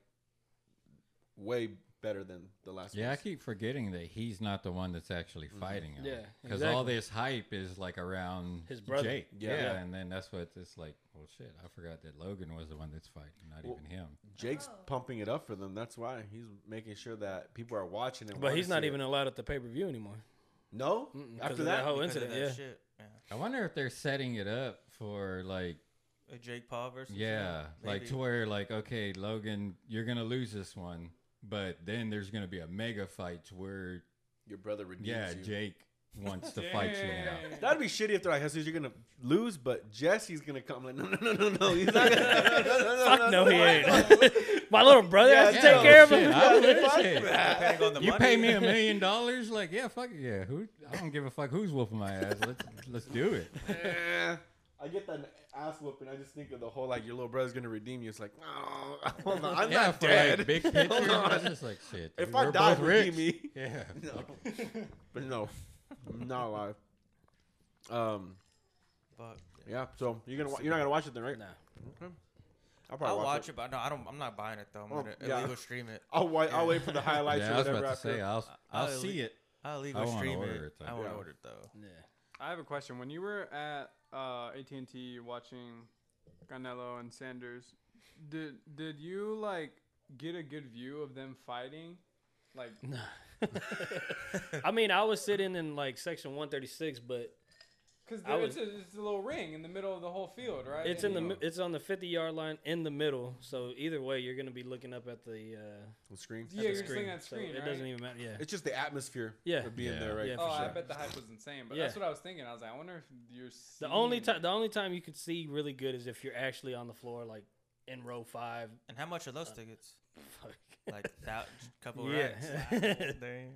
way better than the last. Yeah, I ones. keep forgetting that he's not the one that's actually fighting him. Yeah, because all this hype is like around His brother. Jake. Yeah. Yeah. Yeah. and then that's what it's like. Well, shit, I forgot that Logan was the one that's fighting, not Well- even him. Jake's Oh. pumping it up for them. That's why he's making sure that people are watching it. But he's not even allowed at the pay per view anymore. no. Mm-mm, 'cause After of that, whole because of incident, that yeah. shit. yeah. I wonder if they're setting it up for like, Uh, Jake Paul versus yeah, like maybe. to where like, okay, Logan, you're gonna lose this one, but then there's gonna be a mega fight to where your brother redeems yeah, you. Jake wants to fight you now. Dang. That'd be shitty if they're like, Jesus, you're gonna lose, but Jesse's gonna come. Like, no, no, no, no, no. He's not <laughs> gonna. <laughs> No, no, no, no, Fuck no, he <laughs> ain't. My little brother Yeah, has yeah. to take Oh, care of shit, him. <laughs> I would, Fuck shit. <laughs> that. Depending on the You money. <laughs> pay me a million dollars, like yeah, fuck it, yeah. Who I don't give a fuck who's whooping my ass. Let's let's do it. Eh, I get that ass whooping. I just think of the whole like your little brother's gonna redeem you. It's like, no, <laughs> hold on, I'm yeah, not for dead. <laughs> like big picture, it's just like shit. if dude, I we're die, both redeem rich. me. <laughs> Yeah, No, <laughs> but no, I'm not alive. Um, Fuck. yeah. So you're gonna wa- you're not gonna watch it then, right? Nah. I'll probably I'll watch it, but no, I don't. I'm not buying it though. I'm Oh, gonna yeah. illegal stream it. I'll wait. I'll wait for the highlights yeah. I or was whatever. about to after. say, I'll I'll I'll see leave- it. I'll I illegal wanna stream order it. it, though. I won't Yeah. order it though. Yeah. I have a question. When you were at uh, AT&T watching Canelo and Sanders, did did you like get a good view of them fighting? Like I mean, I was sitting in like section 136, but cuz I it's a, it's a little ring in the middle of the whole field, right? it's in And the you- mi- it's on the 50 yard line in the middle. So either way, you're gonna be looking up at the uh, The screen. <laughs> Yeah, the you're just looking at the so screen, it right? doesn't even matter. Yeah. It's just the atmosphere. Yeah. Of being Yeah. there, right? Yeah, Oh, for I sure. bet the hype was insane, but Yeah. that's what I was thinking. I was like, I wonder if you're The only seeing- time the only time you could see really good is if you're actually on the floor, like in row five. <laughs> And how much are those tickets? Fuck. Like <laughs> that couple Uh, Yeah. racks. <laughs> Dang.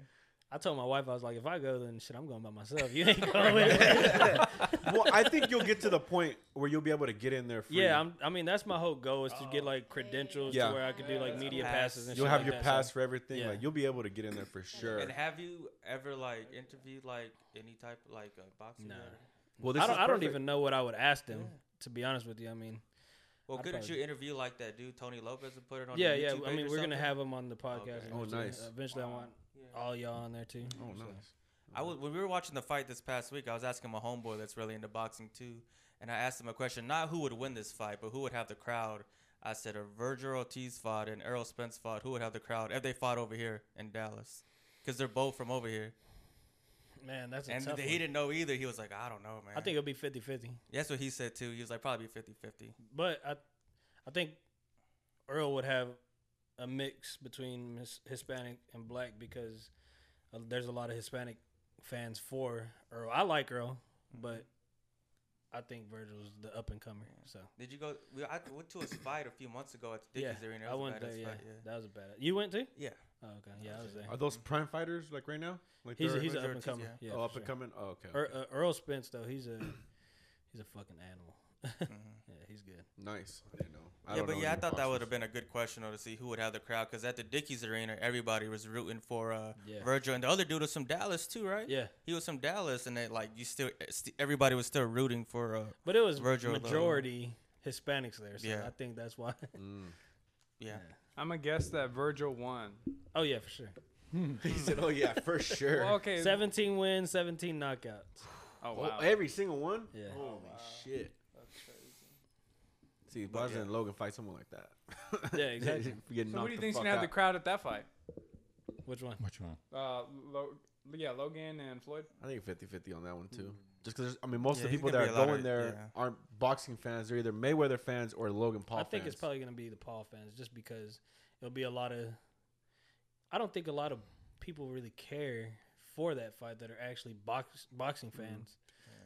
I told my wife I was like, if I go, then shit, I'm going by myself. You ain't going with me. <laughs> <laughs> well, I think you'll get to the point where you'll be able to get in there. Free. yeah, I'm, I mean that's my whole goal is to get like credentials Oh. Yeah. to where I could do Yeah, like that's media cool. passes and you'll shit have like your that, so- pass for everything. Yeah. Like you'll be able to get in there for sure. And have you ever like interviewed like any type of like a boxing? Nah. guy? well, I don't, is I don't perfect. even know what I would ask them. To be honest with you, I mean, Well, I'd couldn't probably- you interview like that dude Tony Lopez and put it on? your yeah, yeah. YouTube I page mean, or we're gonna something? have them on the podcast. Okay. Oh, eventually. nice. Eventually, I want Yeah. all y'all on there too. Oh, So- nice. I was when we were watching the fight this past week. I was asking my homeboy that's really into boxing too, and I asked him a question: not who would win this fight, but who would have the crowd. I said, if Virgil Ortiz fought and Errol Spence fought, who would have the crowd if they fought over here in Dallas? Because they're both from over here, Man, that's a and tough. he one. didn't know either. He was like, I don't know, man. I think it'll be 50-50. that's what he said too. He was like, probably 50-50. but I, I think Earl would have a mix between his, Hispanic and black because uh, there's a lot of Hispanic fans for Earl. I like Earl, Mm-hmm. but I think Virgil's the up and comer. So Did you go? We, I went to his fight a few months ago at the yeah, Dickies Arena. It I was a went there. badass Yeah, fight, that was a bad. You went too? yeah. Oh, okay. Yeah, I was there. Are those prime fighters like right now? Like He's a, they're- he's an Virgil up and Ortiz, comer. yeah. Yeah, oh, for up sure. and coming. Oh, okay. Ear- uh, Earl Spence though, he's a he's a fucking animal. <laughs> yeah, he's good. nice. I didn't know. I Yeah, don't but know yeah, I any thought that boxers. would have been a good question though, to see who would have the crowd because at the Dickies Arena, everybody was rooting for uh, Yeah. Virgil, and the other dude was from Dallas too, right? Yeah. he was from Dallas, and they like you still eh, st- everybody was still rooting for. Uh, But it was Virgil, though. majority Hispanics there, so Yeah. I think <laughs> that's why. Mm. yeah, I'm going to guess that Virgil won. oh yeah, for sure. <laughs> He said, "Oh yeah, for sure." Well, okay. 17 wins, 17 knockouts. Oh, Oh, wow. every single one. Yeah. Holy shit. That's crazy. See, why doesn't Logan fight someone like that? <laughs> Yeah, exactly. We get So knocked who do you the think's fuck going to have the out. crowd at that fight? Which one? Which one? Uh, Lo- yeah, Logan and Floyd. I think 50-50 on that one Mm. too. Just because I mean, most Yeah, of the he's people gonna that be are a lot going of- there yeah. aren't boxing fans. They're either Mayweather fans or Logan Paul. I think it's fans. probably going to be the Paul fans just because it'll be a lot of. I don't think a lot of people really care for that fight that are actually box, boxing fans.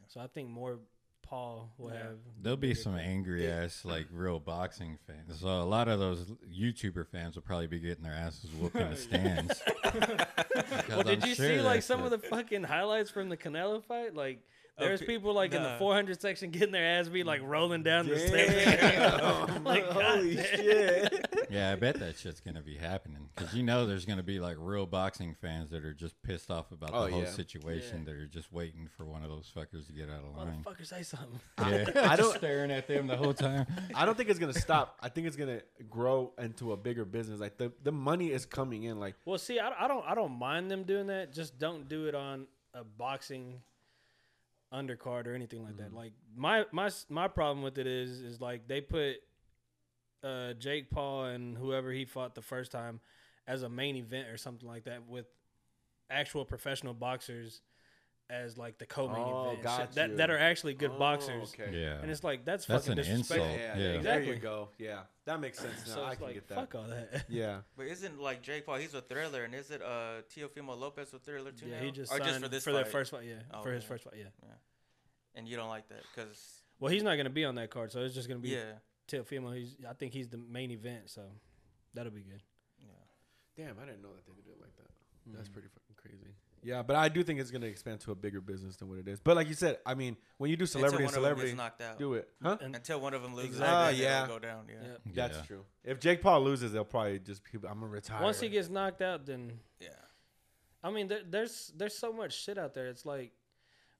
So I think more Paul will Yeah. have. There'll be some angry ass like real boxing fans. So a lot of those YouTuber fans will probably be getting their asses <laughs> whooped in the stands. Well, did you see like some of the fucking highlights from the Canelo fight? Like there's pe- people like in the nah. <laughs> 400 section getting their ass beat, <laughs> like rolling down the stairs. Damn. Like, God Holy shit. Yeah, I bet that shit's gonna be happening because you know there's gonna be like real boxing fans that are just pissed off about Oh, the whole yeah. situation that are just waiting for one of those fuckers to get out of line. Motherfucker, say something. Yeah, <laughs> I I don't- don't staring at them the whole time. I don't think it's gonna stop. I think it's gonna grow into a bigger business. Like the, the money is coming in. Like Well, see, I, I don't, I don't mind them doing that. Just don't do it on a boxing undercard or anything like Mm-hmm. that. Like my, my, s- my problem with it is, is like they put uh, Jake Paul and whoever he fought the first time as a main event or something like that with actual professional boxers as like the co-main Oh, event got shit, that you. that are actually good Oh, boxers. okay. <laughs> Yeah, And it's like that's, That's fucking an disrespectful. insult. Yeah, Yeah. There you Exactly. go. Yeah, that makes sense. Now So I it's can like get that. fuck all <laughs> that. <laughs> Yeah. But isn't like Jake Paul? He's a thriller, and is it uh Teofimo Lopez a thriller too? Yeah, now? he just or signed just for this their fight? first fight. Yeah, Oh, for his okay. first fight. Yeah. And you don't like that because Well, he's not gonna be on that card, so it's just gonna be yeah, Teofimo. He's I think he's the main event, so that'll be good. Damn, I didn't know that they could do it like that. That's pretty fucking crazy. Yeah, but I do think it's gonna expand to a bigger business than what it is. But like you said, I mean, when you do celebrity, until one of them celebrity, gets knocked out. do it, huh? And- Until one of them loses, then Exactly. they Ah, don't yeah. go down. Yeah, Yep. That's Yeah. true. If Jake Paul loses, they'll probably just be, I'm gonna retire. <laughs> Once he gets knocked out, then yeah. I mean, there, there's there's so much shit out there. It's like,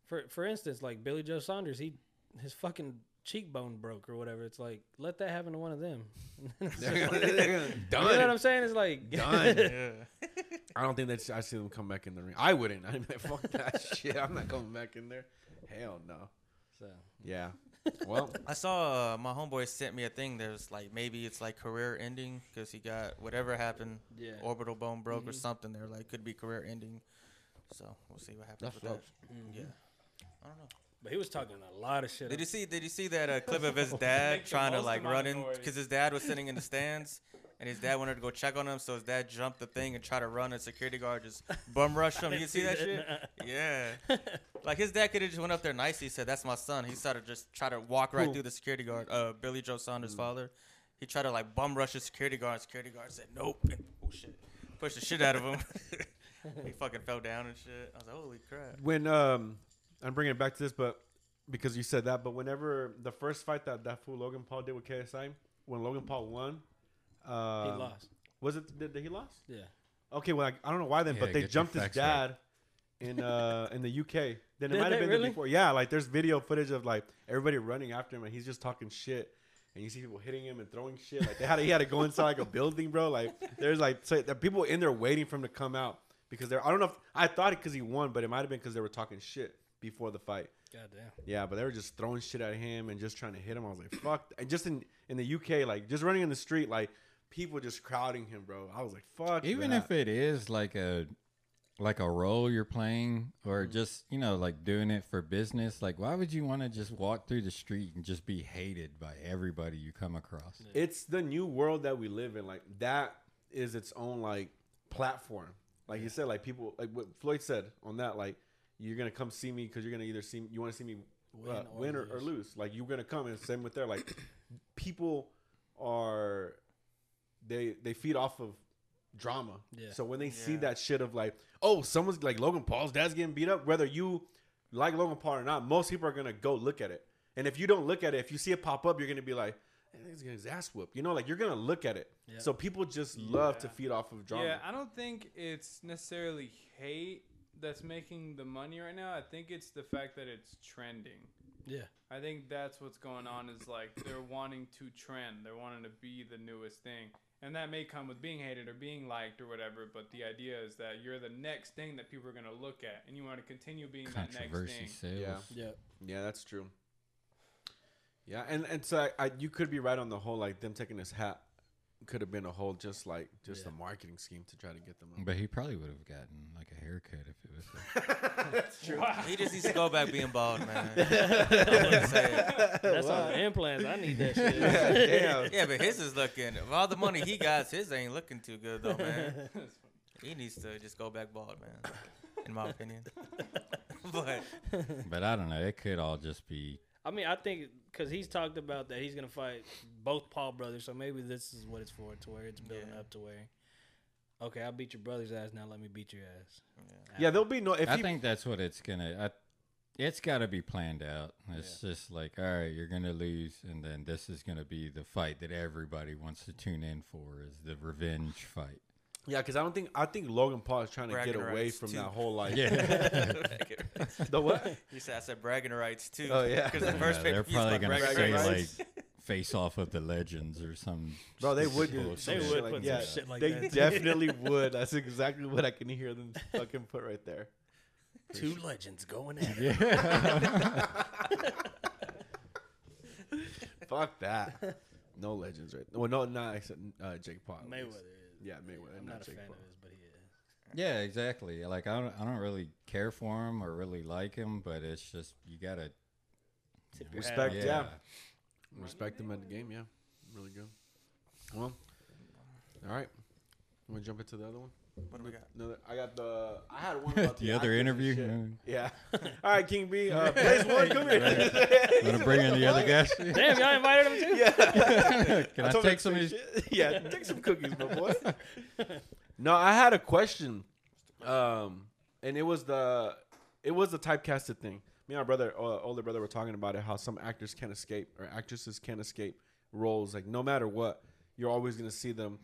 for for instance, like Billy Joe Saunders, he his fucking cheekbone broke or whatever. It's like let that happen to one of them. <laughs> They're gonna- they're gonna- You know what done. I'm saying? It's like Done. Yeah. I don't think that I see them come back in the ring. I wouldn't. <laughs> I'm like, fuck that shit. I'm not coming back in there. Hell no. <laughs> so, Yeah. Well, I saw uh, my homeboy sent me a thing. There's like maybe it's like career ending because he got whatever happened, yeah. orbital bone broke or something. They're like could be career ending. So we'll see what happens That's with rough. that. Yeah, I don't know. But he was talking a lot of shit. Did you see? Did you see that uh, clip of his <laughs> dad Make the trying to most like amount run of in noise. because his dad was sitting <laughs> in the stands and his dad wanted to go check on him, so his dad jumped the thing and tried to run, and security guard just bum rushed <laughs> him. You see that shit? Yeah. Like his dad could have just went up there nicely, said, "That's my son." He started just try to walk right through the security guard. Uh, Billy Joe Saunders' Mm. father, he tried to like bum rush his security guard. Security guard said, "Nope." <laughs> And, oh shit! Pushed the shit out of him. <laughs> he fucking fell down and shit. I was like, "Holy crap!" when um, I'm bringing it back to this, but because you said that, but whenever the first fight that that fool Logan Paul did with KSI, when Logan Paul won, uh, he lost. Was it did, did he lost? Yeah. Okay, well I, I don't know why then, Yeah, but they get your jumped his facts right. dad in uh in the <laughs> UK. Then it Did might have they been the really? day before. Yeah, like there's video footage of like everybody running after him and he's just talking shit. And you see people hitting him and throwing shit. Like they had, he had to go inside <laughs> like a building, bro. Like there's like so, there are people in there waiting for him to come out because they're. I don't know. if I thought it because he won, but it might have been because they were talking shit before the fight. Goddamn. Yeah, but they were just throwing shit at him and just trying to hit him. I was like, fuck. And just in in the UK, like just running in the street, like people just crowding him, bro. I was like, fuck. Even that. if it is like a like a role you're playing, Mm-hmm. or just you know like doing it for business, like why would you want to just walk through the street and just be hated by everybody you come across? it's the new world that we live in. Like that is its own like platform. Like you said, like people, like what Floyd said on that, like you're gonna come see me because you're gonna either see you want to see me win, uh, or or, win or, or lose. Like you're gonna come and same with there. Like <clears throat> people are they they feed off of drama. Yeah. So when they see Yeah. that shit of like, oh, someone's like Logan Paul's dad's getting beat up, whether you like Logan Paul or not, most people are gonna go look at it. And if you don't look at it, if you see it pop up, you're gonna be like, "That nigga's getting his ass whooped. You know, like you're gonna look at it. Yeah. So people just love to Yeah. feed off of drama. Yeah, I don't think it's necessarily hate that's making the money right now. I think it's the fact that it's trending. Yeah. <laughs> I think that's what's going on is like they're wanting to trend. They're wanting to be the newest thing. And that may come with being hated or being liked or whatever, but the idea is that you're the next thing that people are going to look at and you want to continue being that next Controversy thing. <laughs> sales. Yeah. Yeah. Yeah, that's true. Yeah, and and so I, I, you could be right on the whole. Like them taking his hat could have been a whole, just like just Yeah. a marketing scheme to try to get them. Up. But he probably would have gotten like a haircut if it was. a- <laughs> that's true. He just needs to go back being bald, <laughs> man. I wouldn't say it. That's all the implants. I need <laughs> that shit. Damn. Yeah, but his is looking. Of all the money he got, his ain't looking too good though, man. He needs to just go back bald, man. In my opinion. <laughs> but <laughs> But I don't know. It could all just be. I mean, I think because he's talked about that he's gonna fight both Paul brothers, so maybe this is what it's for, to where it's building Yeah. up to where. Okay, I'll beat your brother's ass. Now let me beat your ass. Yeah, there'll be no. If I he, think that's what it's gonna. I it's got to be planned out. It's just like, all right, you're gonna lose, and then this is gonna be the fight that everybody wants to tune in for is the revenge fight. Yeah, because I don't think I think Logan Paul is trying to Bragging get away rights, from too. that whole like <laughs> Yeah, <laughs> the what? He said, I said bragging rights too. Oh, yeah. Because the first Yeah, they're pay-per-view is probably about gonna bragging say rights. like <laughs> face off of the legends or some. Bro, they would do. bullshit. some They shit would like, put some yeah, shit <laughs> like they that. definitely would. That's exactly what I can hear them fucking put right there. <laughs> Two legends going at it. Fuck <laughs> that. No legends, right? Well, no, not except uh, Jake Paul. at Mayweather least. is. Yeah, Mayweather. I'm not, not a Jake fan of Paul. his, but he is. Yeah, exactly. Like I don't, I don't really care for him or really like him, but it's just you gotta. Respect, Yeah. yeah. Respect them at the game, yeah. Really good. Well, all right. You want to jump into the other one? What do we got? Another, I got the. I had one <laughs> about <laughs> The other actors and interview? shit. <laughs> Mm. Yeah. All right, King B. Uh, place one, come here. I'm gonna bring in <laughs> the other guest. <laughs> <laughs> Can Damn, y'all invited him too? I told him take to some of say these? shit. yeah, take some cookies, my boy. <laughs> No, I had a question, um, and it was the it was the typecasted thing. Me and my brother, uh, older brother, were talking about it. How some actors can't escape or actresses can't escape roles. Like no matter what, you're always gonna see them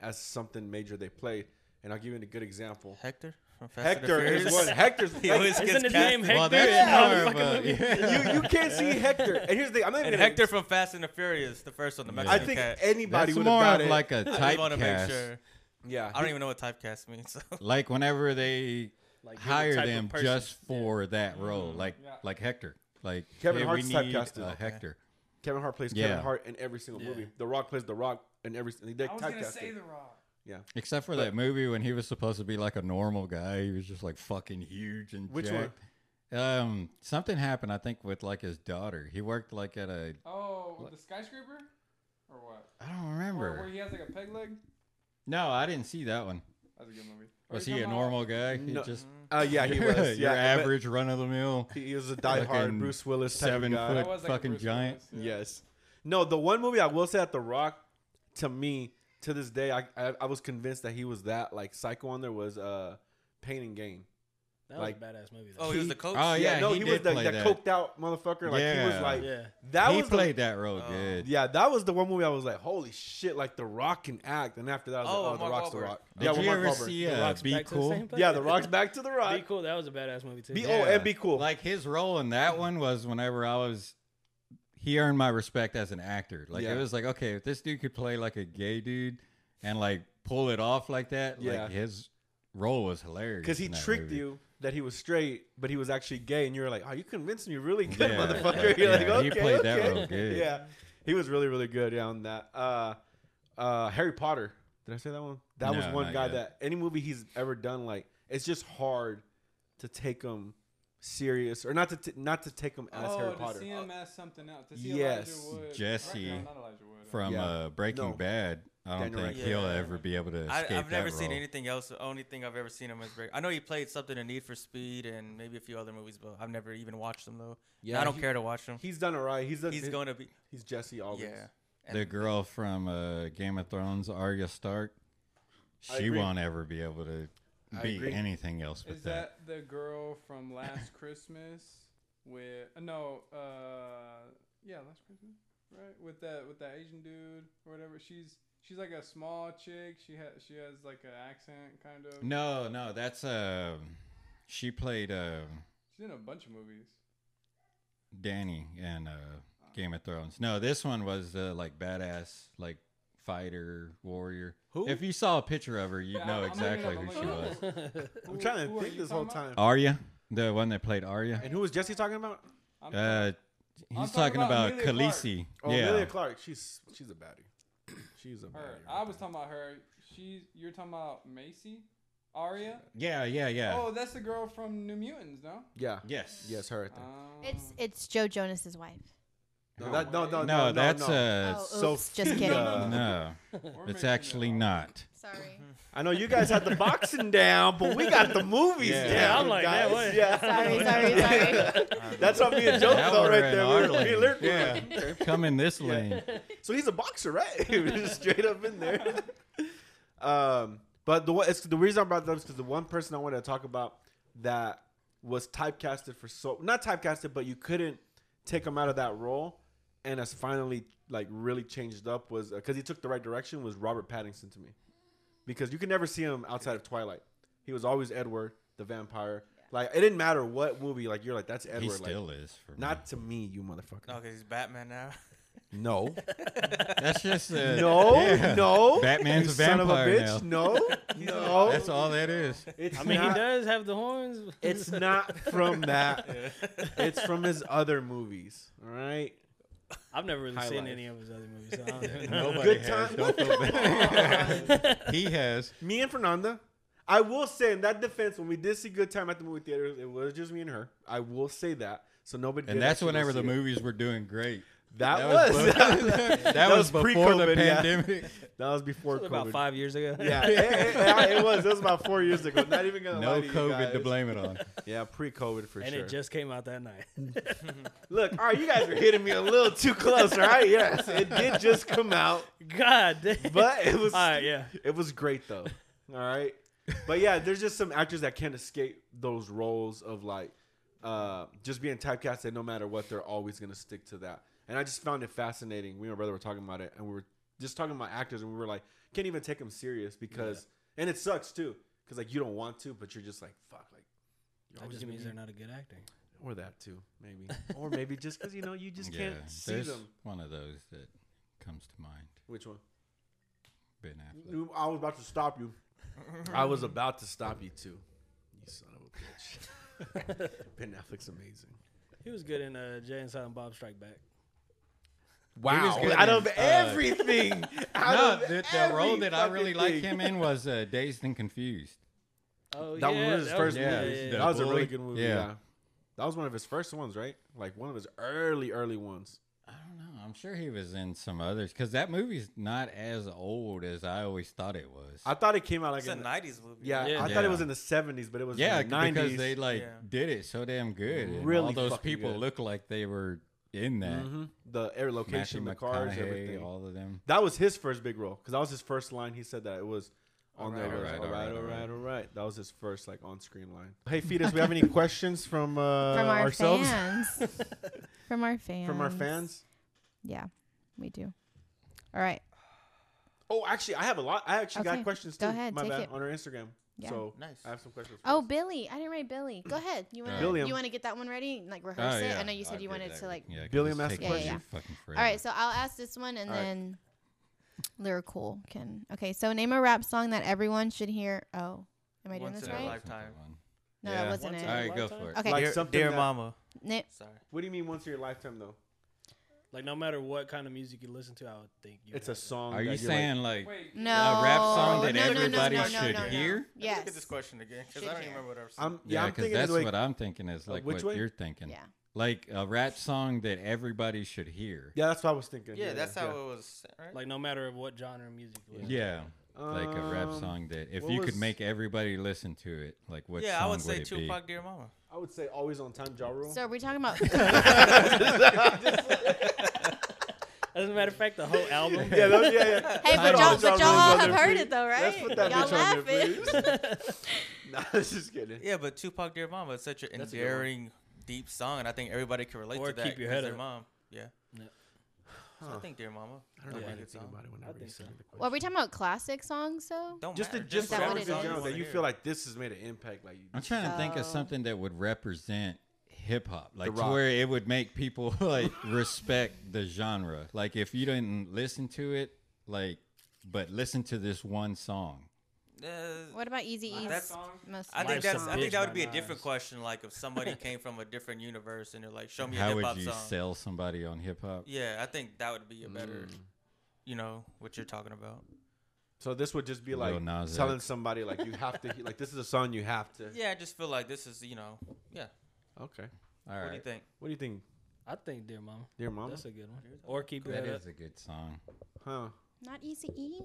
as something major they play. And I'll give you a good example. Hector? From Fast and the Hector is Furious? one. Hector's He always <laughs> like, gets Isn't his cast- name Well, Hector? that's <laughs> Yeah, more of motherfucking a- movie. you, <laughs> you can't see Hector. And here's the thing: I'm not And even <laughs> gonna- Hector from Fast and the Furious, the first one, the I Mexican think cat. anybody That's would more have of got it. like a I just want to make typecast. sure. yeah, I don't even know what typecast means. So. <laughs> Like whenever they Like, you're the hire type of them person- just for that role, like Yeah. like Hector, like Kevin hey, Hart's we need typecasted. a Okay. Hector. Kevin Hart plays Yeah. Kevin Hart in every single movie. The Rock plays The Rock in every. They I was gonna typecast say it. the Rock. Yeah. Except for that movie when he was supposed to be like a normal guy, he was just like fucking huge and Which jacked. Um, something happened, I think, with like his daughter. He worked like at a Oh, with the skyscraper, or what? I don't Or where remember. he has like a peg leg. No, I didn't see that one. That's a good movie. Are Was you he a talking normal guy? He No. just Uh, <laughs> yeah, he was. <laughs> your yeah, but average run of the mill, He he was a Fucking diehard Bruce Willis type of seven guy. About, foot- that was like a fucking Bruce giant. Willis, yeah. Yes. No, the one movie I will say that The Rock, to me, to this day, I, I I was convinced that he was that like psycho on there was uh Pain and Gain. That was Like- a badass movie. Though. Oh, he was the coach? Oh, yeah. no, he was did the, play the that. coked out motherfucker. Like he Yeah. was like yeah. that he was played that role Oh. good. The, yeah, that was the one movie I was like, holy shit, like The Rock can act. And after that, I was Oh, like, oh, The Mark Rock's The Wahlberg. Rock. Did yeah, you with Mark ever Wahlberg. see The uh, Rock's Be back to the Cool? same place? Yeah, The Rock's back to The Rock. Be cool. That was a badass movie too. Be Yeah. oh, and be cool. Like his role in that one was whenever I was, he earned my respect as an actor. Like Yeah. it was like, okay, if this dude could play like a gay dude and like pull it off like that, Yeah. like his role was hilarious. Because he in that tricked movie. you <laughs> that he was straight, but he was actually gay, and you were like, "Oh, you convinced me, really good, Yeah, motherfucker." yeah, You're like, yeah, "Okay, he played that okay." role good. yeah, he was really, really good on that. Uh, uh, Harry Potter. Did I say that one? That was No, one not guy yet. that any movie he's ever done, like, it's just hard to take him serious, or not to t- not to take him as Oh, Harry to Potter. see him as something else. To see Yes. Elijah Wood. Jesse Right, no, not Elijah Wood. uh, from Yeah. uh, Breaking No. Bad. I don't Daniel think Radcliffe. he'll Yeah. ever be able to I, escape I've that never seen role. anything else. The only thing I've ever seen him is break. I know he played something in Need for Speed and maybe a few other movies, but I've never even watched them though. Yeah, I don't he- care to watch them. He's done alright. He's done, He's he's, going to be he's Jesse always. yeah. The girl from uh, Game of Thrones, Arya Stark, I she agree. won't ever be able to I be agree. anything else but Is that the girl from Last Christmas? With uh, no, uh, yeah, Last Christmas, right? With that, with that Asian dude or whatever. She's she's like a small chick. She has she has like an accent, kind of. No, no, that's uh, she played uh, She's in a bunch of movies. Danny in uh, Game of Thrones. No, this one was uh, like badass, like fighter warrior. Who? If you saw a picture of her, you'd Yeah, know I'm- I'm looking exactly up, who I'm she looking was. up. <laughs> I'm trying Who to are think you this whole talking time. Arya, the one that played Arya. And who was Jesse talking about? I'm Uh, I'm he's talking talking about about Amelia Khaleesi. Oh, yeah, Amelia Clark. She's she's a baddie. She's a baddie. her. right I was talking about her. She's you're talking about Macy, Arya. yeah, yeah, yeah. Oh, that's the girl from New Mutants, no? Yeah. Yes, Yes, her. Right there. Um, It's it's Joe Jonas's wife. no, that, no, no, No, no, no, that's no. uh, Oh, oops, so just kidding. uh, no. we're It's mixing it actually up. not. Sorry. I know you guys had the boxing <laughs> down, but we got the movies Yeah. down. Yeah, I'm like, guys. yeah, what? Yeah. Sorry, sorry, sorry. <laughs> Uh, That's on me and Joe Now though, we're right in there. our We were- we lane. learned- Yeah, come in this lane. So he's a boxer, <laughs> right? He was just straight up in <laughs> there. Um, but the one- it's the reason I brought that up is because the one person I wanted to talk about that was typecasted for so not typecasted, but you couldn't take him out of that role. And has finally like really changed up was because he took the right direction was Robert Pattinson to me, because you could never see him outside of Twilight. He was always Edward the vampire. Like it didn't matter what movie. Like you're like that's Edward. he like, still is. For not to me, you motherfucker. No, because oh, he's Batman now. <laughs> No. me. that's just <laughs> a, <laughs> No, yeah. no. Batman's you a vampire son of a bitch. now. <laughs> No, no. That's all that is. It's I mean, not, <laughs> he does have the horns. <laughs> It's not from that. It's from his other movies. All right. I've never really High seen life. any of his other movies. So I don't know. Nobody <laughs> Good has. time. Don't feel <laughs> bad. he has. Me and Fernanda. I will say in that defense, when we did see Good Time at the movie theater, it was just me and her. I will say that. So nobody. And did that's actually go whenever see the it. movies were doing great. That, That was. <laughs> was that, That, was, was before the pre-COVID, yeah. <laughs> pandemic. was before COVID. about five years ago. <laughs> Yeah, it, it- it- it was. It was about four years ago. Not even gonna lie No to you COVID to guys. blame it on. Yeah, pre-COVID for and sure. it just came out that night. <laughs> Look, all right, you guys are hitting me a little too close, all right? Yes, it did just come out, God damn. but it was <laughs> All right, yeah. it was great though. All right, but yeah, there's just some actors that can't escape those roles of like uh, just being typecasted. No matter what, they're always gonna stick to that. And I just found it fascinating. We and my brother were talking about it, and we were just talking about actors, and we were like, can't even take them serious because, and it sucks too, because like you don't want to, but you're just like, fuck, like. you're That always just gonna be- means they're not a good actor. or that too, <laughs> maybe, or maybe just because you know you <laughs> just Yeah, can't see there's them. one of those that comes to mind. Which one? Ben Affleck. You- I was about to stop you. I was about to stop you too. You son of a <laughs> bitch. ben Affleck's amazing. He was good in uh, Jay and Silent Bob Strike Back. was Wow. good Out of in, uh, <laughs> everything. No, out of the, the role every that I really fucking like thing. him in <laughs> was uh, Dazed and Confused. Oh That was his first yeah, movie. yeah, yeah. That was a Bully. really good movie. Yeah. Yeah. That was one of his first ones, right? Like one of his early, early ones. I don't know. I'm sure he was in some others because that movie's not as old as I always thought it was. I thought it came out like It's a in the, '90s movie. yeah, Yeah. I thought Yeah. it was in the seventies, but it was yeah, in the 90s. because they like Yeah. did it so damn good. and all Really those fucking people good. look like they were in that. Mhm. the air Matthew location, the cars, McConaughey, everything. all of them. That was his first big role because that was his first line. He said that it was on Alright, there. All right, alright, all right, alright, all right, alright. all right. That was his first like on screen line. Hey, fetus, we have any <laughs> questions from uh, from our ourselves <laughs> fans. from our fans. from our fans? Yeah, we do. All right. Oh, actually, I have a lot. I actually Okay, got questions go too. ahead, my take bad it. on our Instagram. Yeah. So Nice. I have some questions. for Oh, us. Billy. I didn't write Billy. Go ahead. You want to Billiam. you want to get that one ready? and, Like rehearse Oh, yeah. it. I know you said I you did wanted that. to like. Yeah, 'cause Billion it's mass taking questions. you Yeah, fucking All forever. right, so I'll ask this one and All right. then lyrical can. Okay, so name a rap song that everyone should hear. Oh, am I doing Once this in a right? life. Lifetime. No, Yeah. that wasn't Once it. in All a right, go lifetime? for it. Okay, Like Dear, something Dear that- Mama. na- Sorry. What do you mean once in your lifetime though? Like no matter what kind of music you listen to, I would think you It's would. a song. Are you that you're like- saying like Wait, no a rap song that no, no, no, everybody no, no, should no, no. hear? Let's Look at Yes. this question again, because Should I don't hear. even remember what I've seen. I'm yeah, Yeah, I'm because thinking that's the way- what I'm thinking is Uh, like which what way? you're thinking. Yeah. Like a rap song that everybody should hear. yeah, that's what I was thinking. yeah, that's how yeah. it was. Right? like no matter of what genre of music. you Yeah. listen to. Like a rap Um, song that if what you was- could make everybody listen to it, like what yeah, song I would say it Tupac, Dear Mama. <laughs> I would say always on time, Ja Rule. So are we talking about? <laughs> As a matter of fact, the whole album. yeah, that, yeah, yeah. <laughs> Put hey, but all Ja y'all, but Rule's y'all on all have there, heard please. it though, right? Let's put that y'all bitch on there, laughing. <laughs> please. nah, just kidding. Yeah, but Tupac, Dear Mama, it's such an That's a good one. endearing, deep song, and I think everybody can relate Or to that. Keep Your 'cause Head their Up. mom. Yeah. Yeah. So Huh. I think Dear Mama. I don't know would why I Yeah. be a didn't good think song. about it whenever you think said it. Well, are we talking about classic songs though? Don't just the matter. just Is that songs what in it is? general wanna that you hear. feel like this has made an impact. Like you, I'm trying to think of Oh. something that would represent hip hop, like to Rock. where it would make people <laughs> like respect the genre. Like if you didn't listen to it, like but listen to this one song. Uh, What about Easy E's That's- most? I think Life's a that's. I Bitch think that by would be a Nas. different question. Like if somebody came from a different universe and they're like, "Show me a How hip would hop you song." sell somebody on hip hop? Yeah, I think that would be a better. Mm. You know what you're talking about. so this would just be Lil like Nas telling X. somebody like you have to like this is a song you have to. Yeah, I just feel like this is you know. Yeah. Okay. All What do you right. think? What do you think, <laughs> I think Dear Mama. dear mom? That's a good one. Or Keep Your That Head Up. is a good song. Huh. Not Easy E,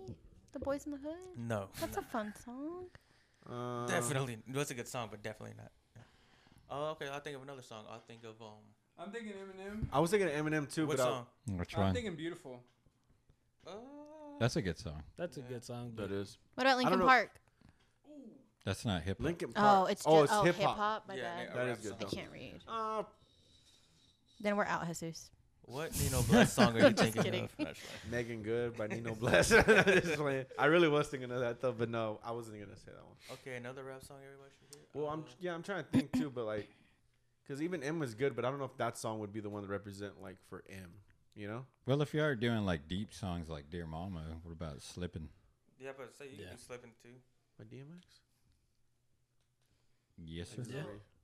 The Boys in the Hood. No. That's a fun song. Uh, Definitely, that's a good song, but definitely not. Yeah. Oh, okay. I'll think of another song. I'll think of um. I'm thinking Eminem. I was thinking Eminem too, What but I- song? Which I'm one? thinking Beautiful. Uh, That's a good song. That's a good song. that but is. What about don't Lincoln know. Park? That's not hip hop. Lincoln Oh, Park. it's oh, ju- it's oh, hip hip hop. hop. My Yeah, bad. That is good I though. can't read. Uh, Then we're out, Jesus. <laughs> What Nino Blood song are you Just thinking kidding. <laughs> of? That's right. Megan Good by Nino Bless. <laughs> Just playing. I really was thinking of that though, but no, I wasn't gonna say that one. Okay, another rap song everybody should hear. Well, I'm Uh, yeah, I'm trying to think too, but like, because even M was good, but I don't know if that song would be the one to represent like for M. You know, Well, if you are doing like deep songs like Dear Mama, what about Slipping? yeah, but say you Yeah. can slip in too. by DMX. Yes, sir. Yeah.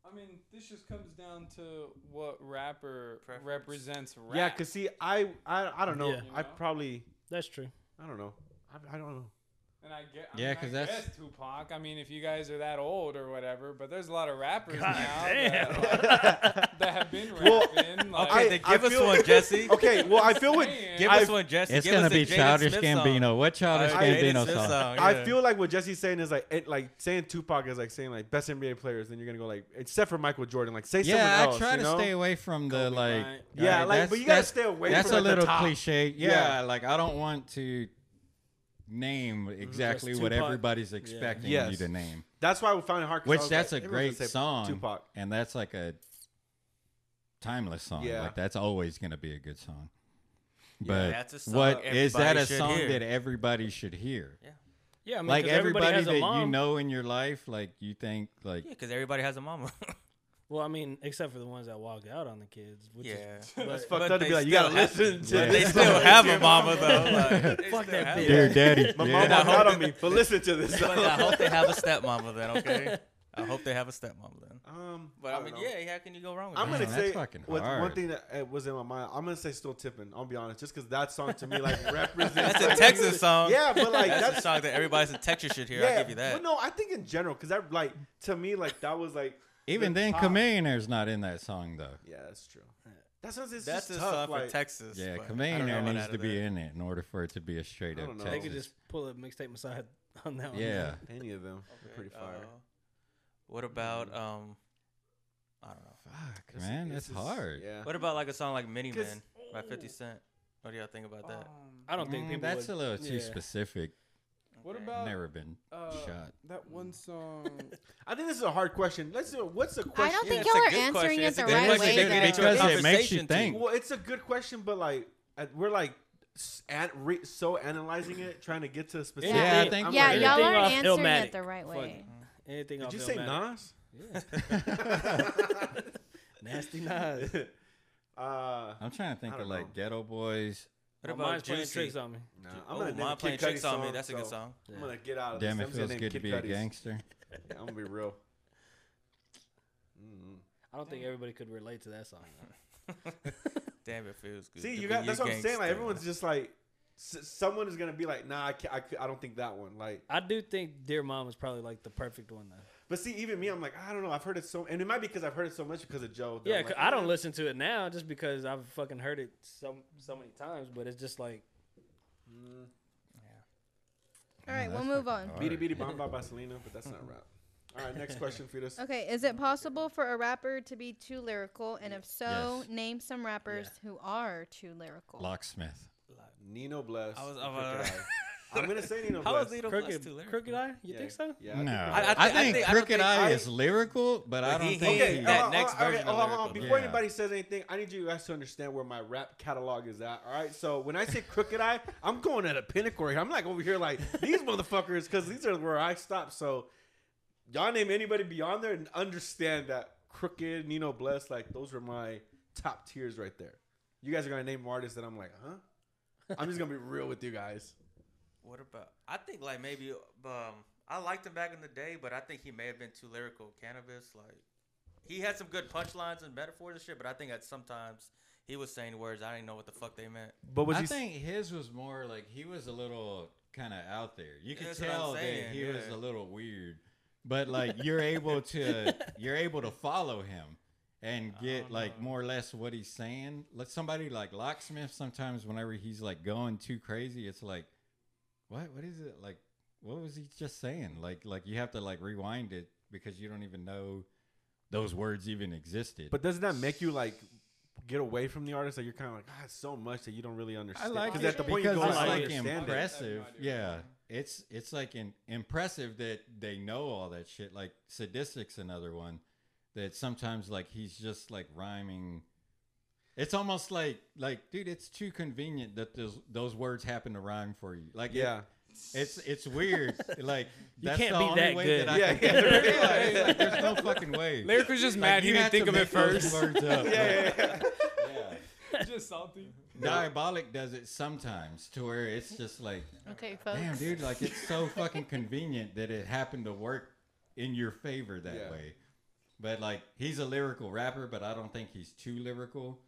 I mean, this just comes down to what rapper Preference. represents rap. Yeah, cause see, I I, I don't know. Yeah. I probably That's true. I don't know. I, I don't know. and I get. I Yeah, mean, I 'cause that's- guess Tupac. I mean, if you guys are that old or whatever, but there's a lot of rappers now damn. That, like, <laughs> that <laughs> have been Well, rapping. like, Okay, I- then I give us feel- one, <laughs> Jesse. <laughs> Okay, well, I <laughs> feel with saying. Give I- us one, Jesse. It's Give gonna us a be Jaden Childish Smith song. Gambino. What Childish Oh, Jaden Gambino Smith song? I yeah. feel like what Jesse's saying is like it, like saying Tupac is like saying like best NBA players. Then you're gonna go like except for Michael Jordan. Like say someone Yeah, else. I try you to know? stay away from the Kobe like. Bryant. Yeah, like, alright, but that's- you gotta that's- stay away That's from a like, the little top. cliche. Yeah, Yeah. like I don't want to name exactly what Tupac. everybody's expecting Yes. you to name. That's why we found it hard. 'cause I Which was that's like, a everyone's great gonna say song, Tupac. and that's like a timeless song. Yeah. Like that's always gonna be a good song. But Yeah, that's a song what is that everybody a should song hear. that everybody should hear? Yeah, I mean, like 'cause everybody, everybody has a that mom. you know in your life, like you think like Yeah, because everybody has a mama. <laughs> Well, I mean, except for the ones that walk out on the kids. Which yeah. Is, <laughs> That's fucked but, but up to they be like you gotta still have- listen <laughs> to. but they this. <laughs> still have a mama though. Like, they still Fuck that have bitch. one. Dear Daddy. My yeah. mom I hope out on they- me, but listen to <laughs> this. But I song. hope they have a stepmama then. <laughs> Okay. I hope they have a stepmama then. <laughs> Um, But I, don't mean, know. yeah, how can you go wrong with I'm that? gonna <laughs> Damn, that's say fucking what- one hard. thing that uh, was in my mind. I'm gonna say still tipping. I'll be honest, just because that song to <laughs> me like represents. <laughs> That's a like- Texas song. Yeah, but like that's, that's, a song that everybody in Texas should hear. Yeah, I give you that. But no, I think in general, because that like to me like that was like Even the then, top. Chamillionaire's not in that song though. yeah, that's true. That's what it's that's just a tough. song like, for Texas. Yeah, but I don't know Chamillionaire what needs out to of be that. in it in order for it to be a straight I up don't know. Texas. they could just pull a mixtape Messiah <laughs> on that one. yeah. any of them. They're Okay, pretty fire. uh, what about um? I don't know. Fuck, This- man, this that's is- hard. Yeah. What about like a song like Mini 'Cause- Man by Fifty Cent? What do y'all think about that? Um, I don't think Mm, people. that's would, a little too yeah. specific. What Okay. about- Uh, Never been uh, shot. <laughs> That one song. I think this is a hard question. Let's do. What's the I question? don't think it's a y'all are good answering question. it It's a the good right question. They way. Though. did it to a Because it makes you conversation think. Well, it's a good question, but like uh, we're like s- an- re- so analyzing it, trying to get to a specific. Yeah, I thing. think I'm so. yeah, like, y'all Everything aren't off answering Illmatic. it the right Fuck. way. Anything Did off you say Illmatic. Nas? <laughs> <laughs> Nasty Nas. Uh, I'm trying to think I of don't like know. Ghetto Boys. What Well, mine's about playing Juicy? tricks on me. oh, nah, I'm gonna name Mine a playing Kid tricks Cudi on song, me. That's a good so <laughs> song. I'm gonna get out of Damn, this. I'm it just feels gonna good to name be Kid a Cudi's. gangster. Yeah, I'm gonna <laughs> be real. Mm. I don't think everybody could relate to that song. Damn, it feels good. See, to you be got a that's what I'm saying. Like gangster. everyone's just like, s- someone is gonna be like, nah, I can't, I, c- I don't think that one. Like, I do think Dear Mom is probably like the perfect one though. but see, even me, I'm like, I don't know. I've heard it so, and it might be because I've heard it so much because of Joe. that Yeah, I'm 'cause like, I don't eh. listen to it now just because I've fucking heard it so so many times. But it's just like Mm. All right, Man, we'll that's move on. fucking Beady hard. Beady Bomb Bomb by Selena, but that's not rap. All right, next question, Fetus. Okay, is it possible for a rapper to be too lyrical? And if so, Yes. name some rappers who are too lyrical. Locksmith. Nino Bless. I was- and I'm, uh, Crooked Eye. I'm gonna say Nino How Bless. is Lito Blast crooked, too lyrical? crooked eye. You Yeah, think so? Yeah. I No, think I, that- I- I think think- I don't Crooked think Eye I- is lyrical, but I But he- don't think okay, he- that hold on, next hold on, version hold of on, hold on. lyrical. uh, Before Yeah. anybody says anything, I need you guys to understand where my rap catalog is at. All right, so when <laughs> I say crooked eye, I'm going at a pinnacle. Here. I'm like over here, like these motherfuckers, because these are where I stop. So y'all name anybody beyond there and understand that crooked Nino Bless, like those are my top tiers right there. You guys are gonna name artists that I'm like, huh? I'm just gonna be real with you guys. What about? I think like maybe um I liked him back in the day, but I think he may have been too lyrical. Cannabis, like he had some good punchlines and metaphors and shit, but I think that sometimes he was saying words I didn't know what the fuck they meant. But was I he? think his was more like he was a little kind of out there. You could That's what I'm tell saying, that he was yeah. a little weird, but like you're able <laughs> to you're able to follow him and get don't like know. more or less what he's saying. Let somebody like Locksmith sometimes whenever he's like going too crazy, it's like what what is it like what was he just saying? Like like you have to like rewind it because you don't even know those words even existed. but doesn't that make you like? Get away from the artist, like you're kind of like, ah, it's so much that you don't really understand. like because it at the point you because go, it's I like understand it. impressive. I have no idea. Yeah, it's it's like in, impressive that they know all that shit. Like Sadistic's another one that sometimes like he's just like rhyming. It's almost like like dude, it's too convenient that those those words happen to rhyme for you. Like it- Yeah. it's it's weird. Like that's can't the be only that way good. that I Yeah, can yeah, think of it. right. It's like, there's no fucking way. <laughs> Lyric was just Like, mad he you didn't had to think of it make those first. Words <laughs> up. Yeah, yeah, <laughs> yeah. yeah. just salty. Diabolic does it sometimes to where it's just like, Okay, folks. damn, dude, like it's so fucking convenient that it happened to work in your favor that Yeah. way. But like, he's a lyrical rapper, but I don't think he's too lyrical.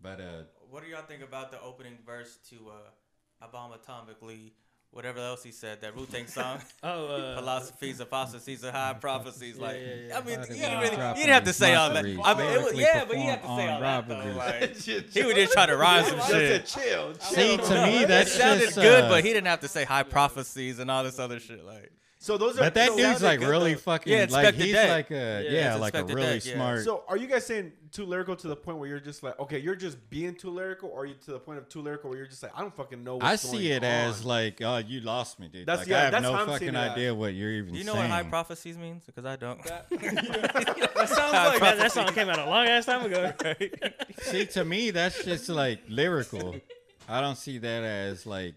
But uh, What do y'all think about the opening verse to uh, Obama Atomically, whatever else he said, that Wu Tang song, Oh, <laughs> uh, philosophies, apostasies, and high prophecies? Yeah, Like, yeah, yeah. I mean, Fucking you didn't mind really, you dropping didn't have to say all that. I mockeries, mean, it was, lyrically yeah, but you had to performed say all on that. Though, <laughs> robberies. like, Shit, he was just trying to rhyme <laughs> some I shit. said chill. chill. see, <laughs> to No, me, it that's sounded just, good, uh, but he didn't have to say high prophecies and all this other shit. Like, So those are but that so- dude's sounded like good, really though. fucking Yeah, like expected he's that. like a yeah, Yeah, it's like a expected really that, yeah. smart. So are you guys saying too lyrical to the point where you're just like, okay, you're just being too lyrical, or are you to the point of too lyrical where you're just like, I don't fucking know. What's I see going it as on? like, oh, you lost me, dude. That's- like, yeah, I have that's no how I'm seeing fucking it at. idea what you're even do uh, you know saying. what high prophecies means? Because I don't. <laughs> That, <laughs> that sounds that, that song came out a long ass time ago. <laughs> See, to me, that's just like lyrical. I don't see that as like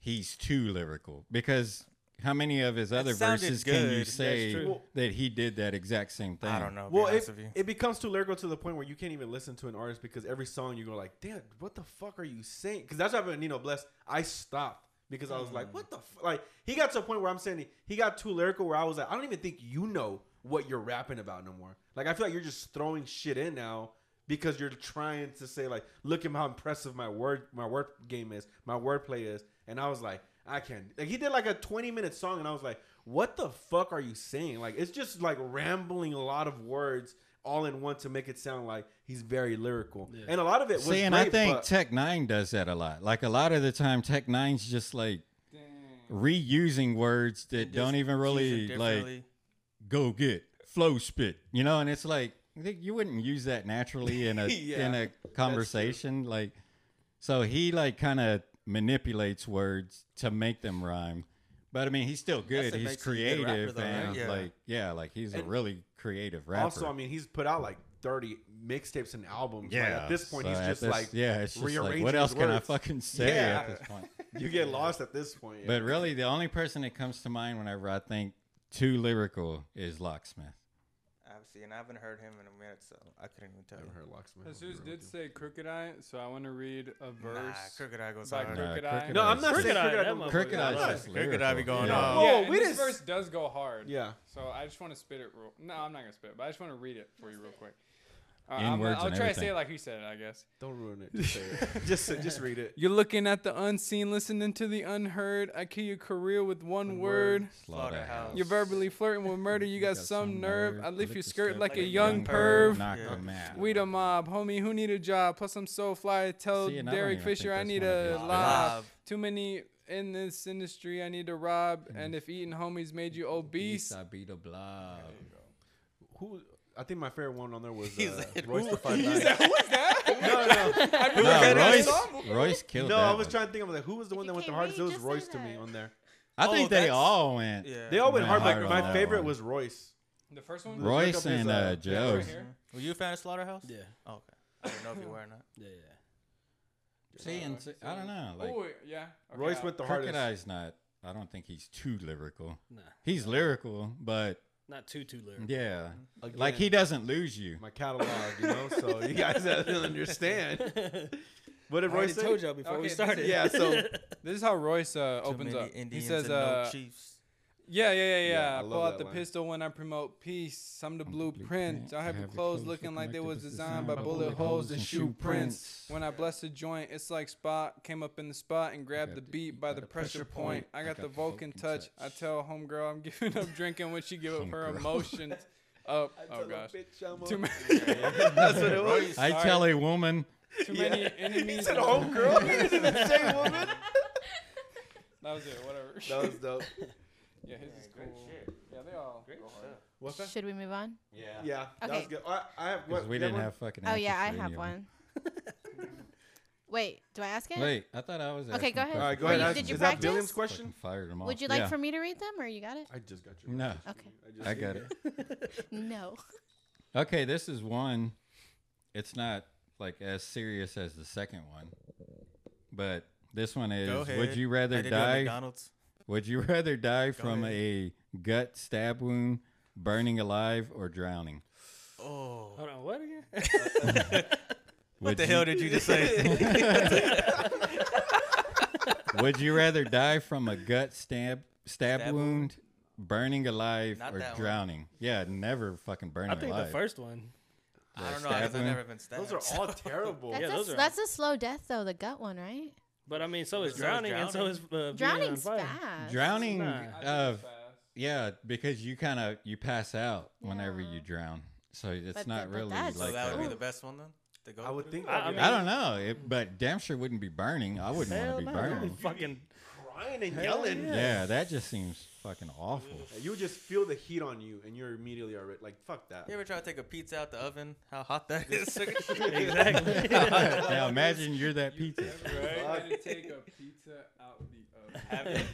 he's too lyrical because how many of his other sounded verses can you good. say true. that he did that exact same thing? I don't know. to be Well, honest it, with you. it becomes too lyrical to the point where you can't even listen to an artist because every song you go like, damn, what the fuck are you saying? Because that's what happened to Nino Bless. I stopped because I was Hmm. like, what the f-? like? He got to a point where I'm saying he got too lyrical where I was like, I don't even think you know what you're rapping about no more. Like I feel like you're just throwing shit in now because you're trying to say like, look at how impressive my word my word game is, my wordplay is, and I was like. I can't. Like he did like a 20 minute song, and I was like, "What the fuck are you saying?" Like it's just like rambling a lot of words all in one to make it sound like he's very lyrical. And a lot of it was See, and great, I think but- Tech Nine does that a lot. Like a lot of the time, Tech Nine's just like reusing words that don't even really like go get flow spit, you know. And it's like I think you wouldn't use <laughs> that naturally in a Yeah, in a conversation. Like, so he like kind of manipulates words to make them rhyme. But I mean, he's still good. what He's makes him a good creative, rapper, though, right? and Yeah. like yeah, like he's a And really creative rapper. Also, I mean, he's put out like 30 mixtapes and albums. Yeah. yeah. at this point, so he's at just this- like, yeah, it's just like rearranging what else his can I words. <laughs> fucking say at Yeah. this point? <laughs> you get lost at this point. But really, the only person that comes to mind whenever I think too lyrical is Locksmith. I've seen. I haven't heard him in a minute, so I couldn't even tell. I you. haven't heard Locksmith. Jesus did say Crooked Eye, so I want to read a verse. Nah, Crooked Eye goes by hard. Crooked Nah, Eye. Uh, Crooked No, I'm not Crooked saying Crooked Eye, Eye. that don't- motherfucker. Crooked Eye's Look, just Crooked Eye be lyrical, going yeah. off. Yeah, Whoa, and we this just- verse does go hard. Yeah. So I just want to spit it real. No, I'm not gonna spit it, but I just want to read it for you real quick. Uh, In I'm- words I'll and try to say everything. it like he said it, I guess. Don't ruin it. Just, say <laughs> it. just, just read it. You're looking at the unseen, listening to the unheard. I kill your career with one, word. Slaughterhouse. You're verbally flirting with murder. You got, some, nerve. I lift your skirt like, a young perv. Knock Yeah. him out. We the mob, homie. Who need a job? Plus I'm so fly. Tell See, and I don't Derek even think Fisher I that's need one of his a best. lob. <laughs> Lob. Too many in this industry. I need to rob. Mm-hmm. And if eating homies made you obese, I be the blob. Who? I think my favorite one on there was He uh, said, Royce "Ooh." the Five He Nine. <laughs> <laughs> No, Royce, Royce killed No, that I was one. trying to think. I was like, who was the one that went the can't hardest? read, It was just say Royce to me that. on there. I Oh, think they that's- all went. Yeah. They all went Went hard, hard but on my that favorite one. was Royce. the first one. Roy- Royce Look up his, and uh, uh, Yeah, Joe. right here. Were you a fan of Slaughterhouse? yeah, Oh, okay. I didn't know if you were or not. yeah, yeah. See, and see- I don't know. Like Ooh, yeah. Okay, Royce I- went the Crooked hardest. Eye's not. I don't think he's too lyrical. Nah, He's lyrical, but not too too lyrical. yeah, like he doesn't lose you. my catalog, you know. So you guys have to understand. What did I already Royce told say? y'all before Okay, we this started. Yeah, <laughs> so This is how Royce uh, Too <laughs> opens many up. Indians he says, and uh, no Chiefs. "Yeah, yeah, yeah, yeah. Yeah, I I love Pull out that the line. pistol when I promote peace. I'm the blueprint. blueprint. I have your clothes looking like they was designed by bullet holes and shoe prints. When I bless the joint, it's like Spot came up in the spot and grabbed the beat by the pressure point. I got the Vulcan touch. I tell homegirl I'm giving <laughs> up drinking when she give up her Homegirl. <laughs> emotions. Up. <laughs> Oh gosh. Too many, That's what it was. I tell a woman, too many <laughs> enemies. He said, "Home girl." He said, "The <laughs> same woman." That was it. Whatever. That was dope. <laughs> yeah, his is cool. Yeah, they all. go hard. What's that? Should we move on? Yeah, that Okay. was good. I, I have. because What, we that didn't one? have fucking. Oh yeah, I answers for have any of them. one. <laughs> Wait, do I ask it? Wait, I thought I was. Okay, asking go a ahead. All right, go Were ahead. you- Ask- did you Is that practice? Billions question. question? fired him off. Would you like Yeah. for me to read them, or you got it? I just got your. No, Okay. just I got it. No. Okay, this is one. It's not like as serious as the second one, but this one Go is: ahead. Would you rather Like they do at die? McDonald's. Would you rather die from ahead. a gut stab wound, burning alive, or drowning? Oh, Hold on, what again? what Would the you- hell did you just say? <laughs> Would you rather die from a gut stab stab, Stab wound, burning alive, Not or that one. drowning? Yeah, never fucking burning I think alive. the first one. <laughs> I don't know. Stab I've him? never been stabbed. Those are <laughs> all <laughs> terrible. That's, Yeah, a, those s- are- that's a slow death, though, the gut one, right? But I mean, so is So is drowning, and so drowning. is uh, being on Drowning's fire. fast. drowning. Nah. I think Uh, it's fast. yeah, because you kind of you pass out whenever Yeah. you drown, so it's But not that- but really that's- So like. uh, that would be a- the best one then. To go I would through? think. I- I, I mean, I don't know, it, but damn sure wouldn't be burning. I wouldn't want Hell to be no, that'd burning. <laughs> fucking crying and yelling. Yeah. that just seems fucking awful. <laughs> You would just feel the heat on you, and you're immediately already like, "Fuck that." You ever try to take a pizza out the oven? How hot that is. <laughs> exactly. now imagine you're that pizza. <laughs> <laughs> Right? Fuck. to take <laughs> a pizza out the Have oven. it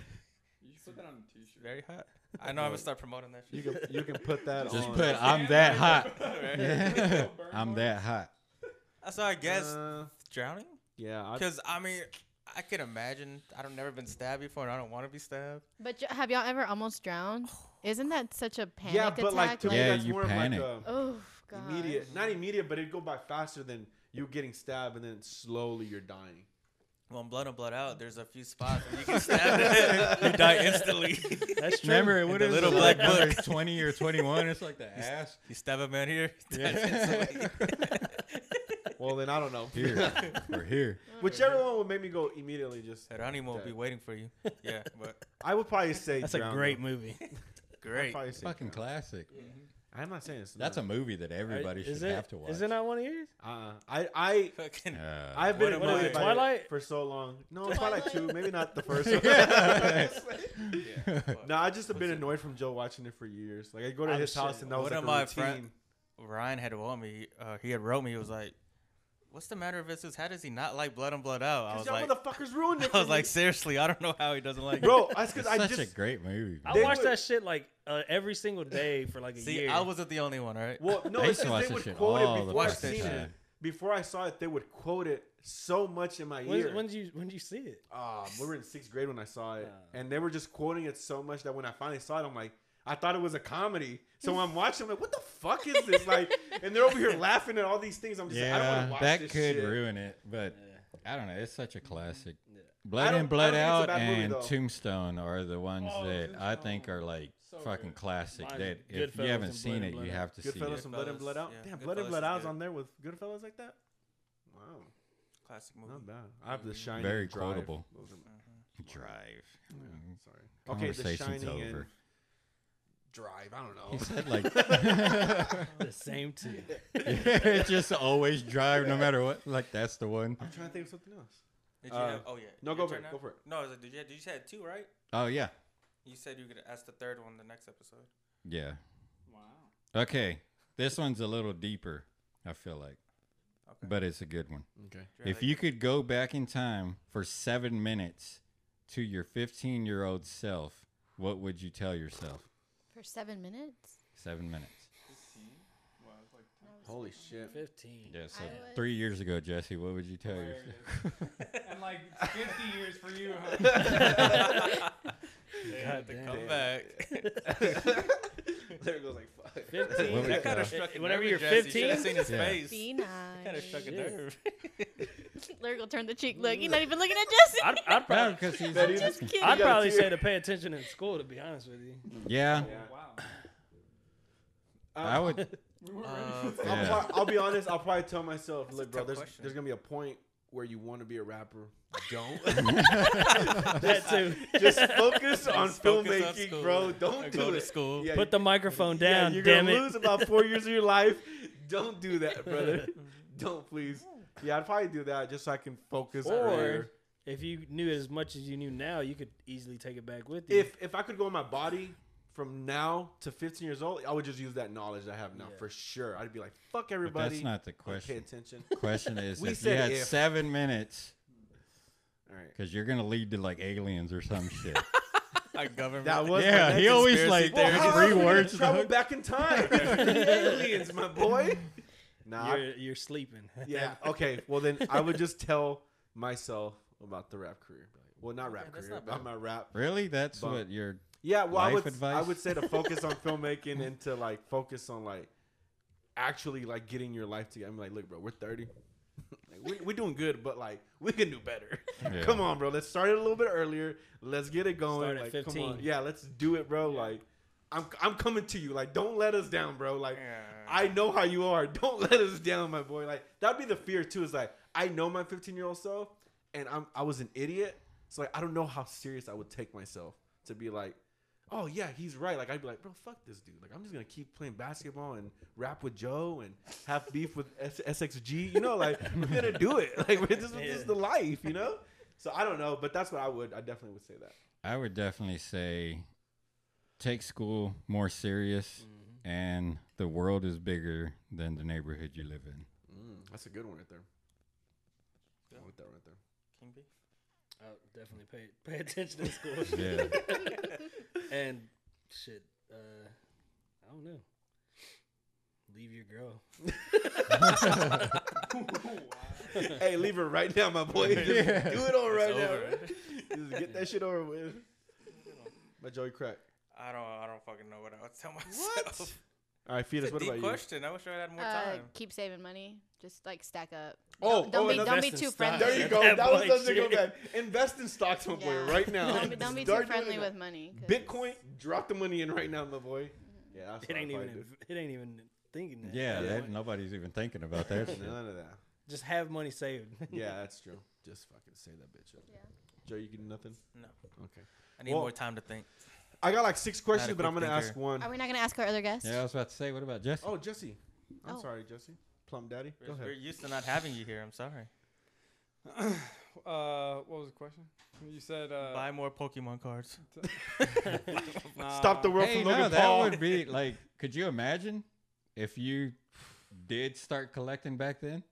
you should put that on a t-shirt. Very hot. I know. I'm gonna start promoting that. You Shit. can you can put that Just on. Uh, put I'm that <laughs> hot. <laughs> <laughs> Yeah, I'm that hot. That's how I guess Uh, drowning. yeah, I, Because I mean, I can imagine. I don't never been stabbed before, and I don't want to be stabbed. But y- have y'all ever almost drowned? Isn't that such a panic yeah, attack? but like to me, Yeah, that's you more of panic. like a oh, God. immediate, not immediate, but it'd go by faster than you getting stabbed, and then slowly you're dying. Well, in blood and blood out, there's a few spots where you can <laughs> stab. you die instantly. That's true. Remember, it would the have little little black black number book. <laughs> twenty or twenty one. It's like the ass. <laughs> you stab a man here. <laughs> he dies Yeah. <laughs> instantly. Well, then I don't know. <laughs> Here, we're here. Whichever one would make me go immediately, just Geronimo will be Dead. waiting for you. Yeah, but I would probably say That's a drown, great though. movie. I'd great. probably say Fucking drown. classic. I'm not saying it's That's a movie that everybody Is should it- have to watch. Is it not one of yours? Uh, I I <laughs> Fucking. Uh, I've been What am I- annoyed by Twilight Twilight? for so long. No, Twilight two, maybe not the <laughs> first one. <laughs> Yeah. <laughs> No, I just have been What's it? annoyed from Joe watching it for years. Like I go to I'm his house shit. and that was One of like a my routine. friend- Ryan had wrote me. Uh, he had wrote me. He was like, "What's the matter with Jesus? How does he not like blood and blood out?" <laughs> I Cause was y'all like, motherfuckers ruined it. I For was me. like, seriously, I don't know how he doesn't like. it." bro, that's it's because I such just a great movie. I They watched would- that shit like uh, every single day for like a See, year. I was not the only one, right? well, no, I it's used to 'cause watch they this would shit quote all it the before I fucking seen it. time. Before I saw it, they would quote it so much in my ear. When, when did you when did you see it? um, we were in sixth grade when I saw it, Ah. and they were just quoting it so much that when I finally saw it, I'm like, I thought it was a comedy. So when I'm watching, I'm like, what the fuck is this? <laughs> Like, and they're over here laughing at all these things. I'm just like, I don't want Yeah, to watch that this could shit. Mm-hmm. ruin it, but I don't know. It's such a classic. I Blood don't- in, Blood I don't think it's Out, a bad movie, and though. Tombstone are the ones Oh, that I think Tombstone. are like So fucking good. classic. Mine's That if you Goodfellas haven't and seen Blood it, and you Blood have to see Goodfellas it. and Blood and Blood Out. Goodfellas, Damn, Blood and yeah. Blood Goodfellas is Out's good. on there with Goodfellas like that. Wow, Classic movie. not bad. I have the Shining. Very and Drive. quotable. Those are my- Drive. Mm. Sorry. Okay, the Conversation's Shining and over. Drive. I don't know. <laughs> He <laughs> said like The same two. <laughs> it <laughs> just always drive no matter what. Like that's the one. I'm trying to think of something else. Did you Uh, have, oh yeah. No, Your go for turn it. now? Go for it. No, I was like, did you did you say two right? Oh yeah, You said you could ask the third one the next episode. yeah. Wow. Okay, this one's a little deeper. I feel like, Okay. but it's a good one. Okay. You're If like, you could go back in time for seven minutes to your 15 year old self, what would you tell yourself? For seven minutes? Seven minutes. Wow, it's like <laughs> Holy shit. Fifteen. <laughs> Yeah, so I would- three years ago, Jesse, what would you tell yourself? <laughs> and like 50 years for you, huh? God to damn. come back. <laughs> there it goes like fuck. What Fifteen. would you that kind tell? of struck. a Whenever nerve, you're Jess. You 15? should've seen his Yeah. face. Be Kind of nice. struck a Shit. nerve. <laughs> Lyric will turn the cheek. Look, he's not even looking at Justin. I'd, <laughs> I'd No, probably, because he's. That is- Just kidding. Uh, You I'd got probably two. say to pay attention in school. To be honest with you, Yeah, Yeah. Wow. Uh, I <laughs> would. <laughs> We were Uh, ready. I'll, Yeah. prob- I'll be honest. I'll probably tell myself, That's a look, bro, tough there's, question. there's gonna be a point where you want to be a rapper. Don't that too. <laughs> just focus on Just focus on filmmaking, school. bro. Don't Go do to it. school. Yeah, Put the microphone down. you're damn gonna it. lose about <laughs> four years of your life. Don't do that, brother. Don't please. Yeah, I'd probably do that just so I can focus. Or- earlier. If you knew as much as you knew now, you could easily take it back with you. if if I could go on my body from now to 15 years old, I would just use that knowledge I have now Yeah. for sure. I'd be like, fuck But everybody. that's not the Don't Pay question. attention. Question is, We if you said had if. seven minutes, All right. because you're gonna lead to like aliens or some <laughs> shit. A government. That was yeah, my- he always conspiracy like well, how else are we gonna rewords. travel the- back in <laughs> time. aliens, my boy. Nah. I- You're, you're sleeping. <laughs> Oh, yeah. <laughs> Okay. Well, then I would just tell myself about the rap career. Well, not rap Yeah, that's career, not about my rap Really? That's Bump. what you're. Yeah, well, I Life would I advice? would say to <laughs> focus on filmmaking and to like focus on like actually like getting your life together. I'm like, look, bro, we're 30. like, we, we're doing good, but like we can do better. <laughs> Yeah. come on, bro. Let's start it a little bit earlier. Let's get it going. Start at like, 15. come on, yeah, let's do it, bro. Like, I'm I'm coming to you. Like, don't let us down, bro. Like, I know how you are. <laughs> Don't let us down, my boy. Like that'd be the fear too. Is like I know my 15 year old self, and I'm I was an idiot. So like I don't know how serious I would take myself to be like, oh yeah, he's right. Like I'd be like, bro, fuck this dude. Like I'm just gonna keep playing basketball and rap with Joe and have beef with S- SXG. You know, like we're gonna do it. <laughs> Like we're, <laughs> this, this is the life. You know. So I don't know, but that's what I would. I definitely would say that. I would definitely say, take school more serious, Mm-hmm. and the world is bigger than the neighborhood you live in. Mm, that's a good one right there. I want <laughs> that right there. I'll definitely pay pay attention <laughs> to school. Yeah. and shit, uh, I don't know. Leave your girl. hey, leave her right now, my boy. Just do it all right It's now. over. <laughs> Just get that shit over with. My Joey crack. I don't. I don't fucking know what I would tell myself. What? All right, It's fetus. a What deep about question. I wish I had more Uh, time. keep saving money. Just like stack up. you? Oh, Don't oh, be another- don't be Invest in too stocks. <laughs> friendly. there you go. That That was boy such a shit. good guy. Invest in stocks, my boy, Yeah. right now. Don't, be- don't be Start too doing friendly it. with money. 'cause- Mm-hmm. Bitcoin. Drop the money in right now, my boy. Yeah, that's It what ain't I'd even probably inv- it ain't even thinking that. <laughs> Yeah, Yeah. that, nobody's even thinking <laughs> about that. do. <laughs> shit. None of that. Just have money saved. <laughs> Yeah, that's true. Just fucking say that bitch. Up. Yeah. Joe, you getting nothing? No. Okay. I need Well- more time to think. I got like six questions, quick but I'm gonna thinker. ask one. Are we not gonna ask our other guest? Yeah, I was about to say, what about Jesse? Oh, Jesse. I'm Oh. sorry, Jesse. Plum Daddy. Go We're ahead. used to not having you here. I'm sorry. Uh, what was the question? You said uh, Buy more Pokemon cards. nah. Stop the world hey, from Logan no, Paul. that would be like, could you imagine if you did start collecting back then?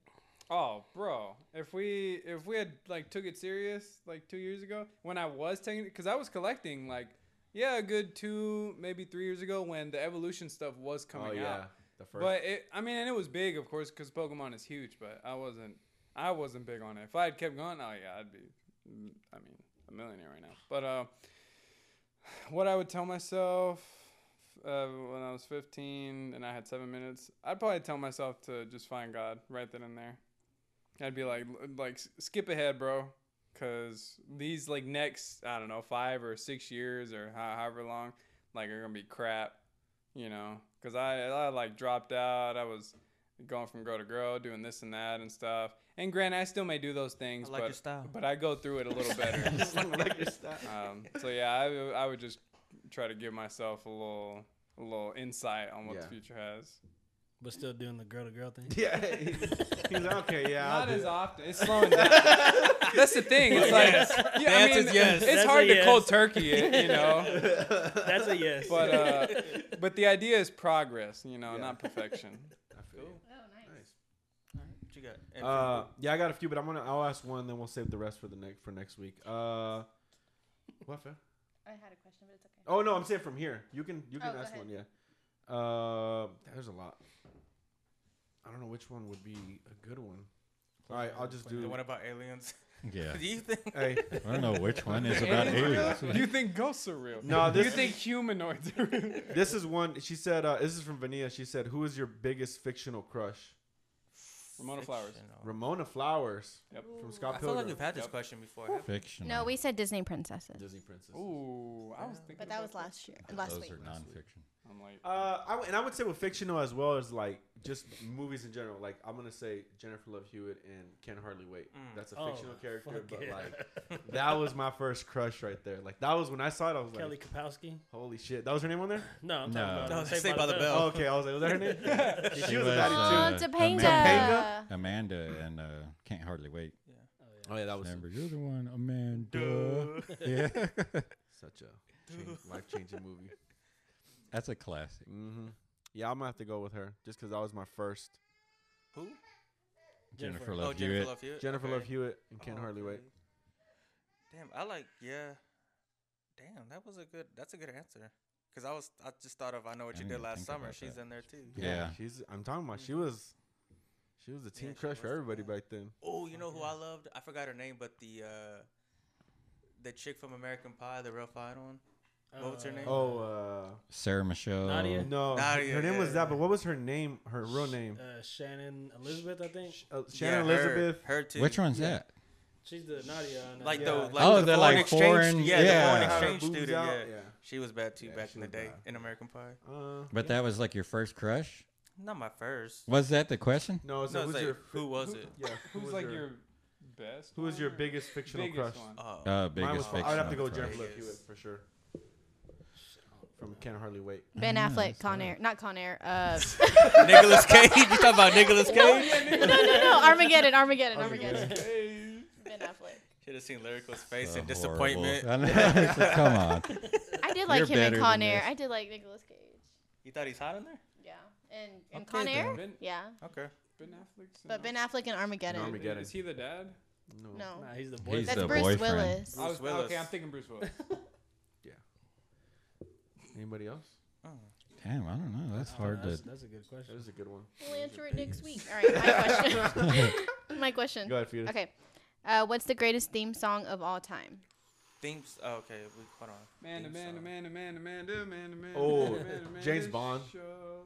Oh, bro. If we if we had like took it serious like two years ago when I was taking because I was collecting like yeah a good two maybe three years ago when the evolution stuff was coming oh yeah, out. the first. <laughs> But it, I mean, and it was big, of course, because Pokemon is huge. But I wasn't, I wasn't big on it. If I had kept going, oh yeah, I'd be, mm, I mean, a millionaire right now. But uh, what I would tell myself uh, when I was 15 and I had seven minutes, I'd probably tell myself to just find God right then and there. I'd be like, l- like s- skip ahead, bro, because these like next, I don't know, five or six years or ho- however long, like are gonna be crap you know, because I, I like dropped out. I was going from girl to girl, doing this and that and stuff. And granted, I still may do those I things, like but your style. but I go through it a <laughs> <laughs> little better. like your style. um, so yeah, I, w- I would just try to give myself a little a little insight on what Yeah. the future has. but still doing the girl to <laughs> girl thing. <laughs> Yeah, he's, he's like, okay. Yeah, I'll Not do as that." often. It's slowing down. <laughs> That's the thing. It's like Yes. yeah, The I answer's mean, yes. it's That's a hard to yes. cold turkey it, you know. That's a yes. But uh, <laughs> but the idea is progress, you know, Yeah. not perfection. I feel you. Oh, nice. What you got? Nice. Uh, yeah, I got a few, but I'm gonna. I'll ask one, then we'll save the rest for the next for next week. Uh, what? Fa? I had a question, but it's okay. Oh no, I'm saying from here. You can you can Oh, go ask ahead. one. Yeah. Uh, there's a lot. I don't know which one would be a good one. All right, I'll just the do. one about aliens. <laughs> Yeah. Do you think? Hey, <laughs> I don't know which one is about aliens. You think ghosts are real? No, Do you this- think humanoids are real? this is one. She said. Uh, this is from Vania. She said, "Who is your biggest fictional crush?" <laughs> Ramona Flowers. Fictional. Ramona Flowers Yep. Oh, from I Scott feel like Pilgrim. we've had this Yep. question before. haven't Fictional. No, we said Disney princesses, Disney princess. Ooh, I was thinking. but that about was last year, Those last week. are nonfiction. I'm like, Uh, I w- and I would say with fictional as well as like just movies in general. Like I'm gonna say Jennifer Love Hewitt and Can Hardly Wait. Mm. That's a Oh, fictional character, fuck but yeah. like that was my first crush right there. Like that was when I saw it. I was Kelly like, Kapowski. holy shit, that was her name on there. No, I'm No. talking about No, uh, they Saved say by the bell. Oh, okay, I was like, was that her name? she, She was, a was, baddie uh, too. Oh, Topanga. Topanga. Amanda and uh, Can't Hardly Wait. Oh yeah, that was Remember, you're the one, Amanda. Yeah. <laughs> such a change, life changing movie. That's a classic. Mm-hmm. Yeah, I'm gonna have to go with her just because that was my first. Who? Jennifer, Jennifer. Love oh, Jennifer Hewitt. Love Hewitt. Jennifer okay. Love Hewitt and Ken Oh, Hardley Wait. okay. Damn, I like yeah. Damn, that was a good. That's a good answer. Cause I was, I just thought of I know what I you didn't did even last think summer. about She's that. in there too. Yeah. she's. I'm talking about. She was. She was the teen Yeah, she crush for was the everybody one. back then. Oh, you know who I loved? I forgot her name, but the uh, the chick from American Pie, the real fine one. What was her name? Oh, uh, Sarah Michelle. Nadia? no, Nadia, her name was that, yeah. but what was her name? Her real name? Uh, Shannon Elizabeth, I think Uh, Yeah, Shannon her- Elizabeth. Her, too. Which one's Yeah. that? she's the Nadia. on, uh, Like the Yeah. like Oh, the they're like exchange, foreign- Yeah, yeah. the Had her foreign exchange boobs student. out, Yeah. yeah. she was bad too Yeah, back she in the was day bad. in American Pie. Uh, But that was like your first crush? Not my first. Was that the question? no, so No, it's who's like, your? who was it? Yeah, who Who's was like your, your best? Who was your one or biggest fictional biggest crush? one? <laughs> Oh, <laughs> Uh, Mine biggest was- I would have to go fictional with Jennifer crush. Love Vegas. Hewitt for sure. From Ken Hardley Wait. Ben Ah, Affleck, that's Con right. Air, not Con Air. Uh, <laughs> Nicholas Cage. You talking about Nicholas <laughs> Cage? <laughs> no, no, no, Armageddon, Armageddon, Armageddon. <laughs> Armageddon. Ben Affleck. Should have seen Lyrical's face So in horrible. disappointment. <laughs> I know. <laughs> Come on. I did like You're him in better Con than Air. this. I did like Nicolas Cage. You thought he's hot in there? Yeah, and and Okay, Con Air. Ben, Yeah, Okay. ben Affleck's in but Ben that? Affleck and Armageddon. Armageddon. Is he the dad? No. No, Nah, he's the boy. He's that's the Bruce boyfriend. Willis. I was, Willis. Okay, I'm thinking Bruce Willis. Anybody else? Damn, I don't know. That's Oh, hard <laughs> that's, to. <laughs> that's a good That question. is a good one. We'll answer it next week. All right, <laughs> my question. my <laughs> question. Go ahead, Fetus. Okay. Uh, what's the greatest theme song of all time? Themes. Oh, okay. We, hold on. Man, Theme man, song. man, man, man, man, man, man. Oh, man, man, James man, Bond. show.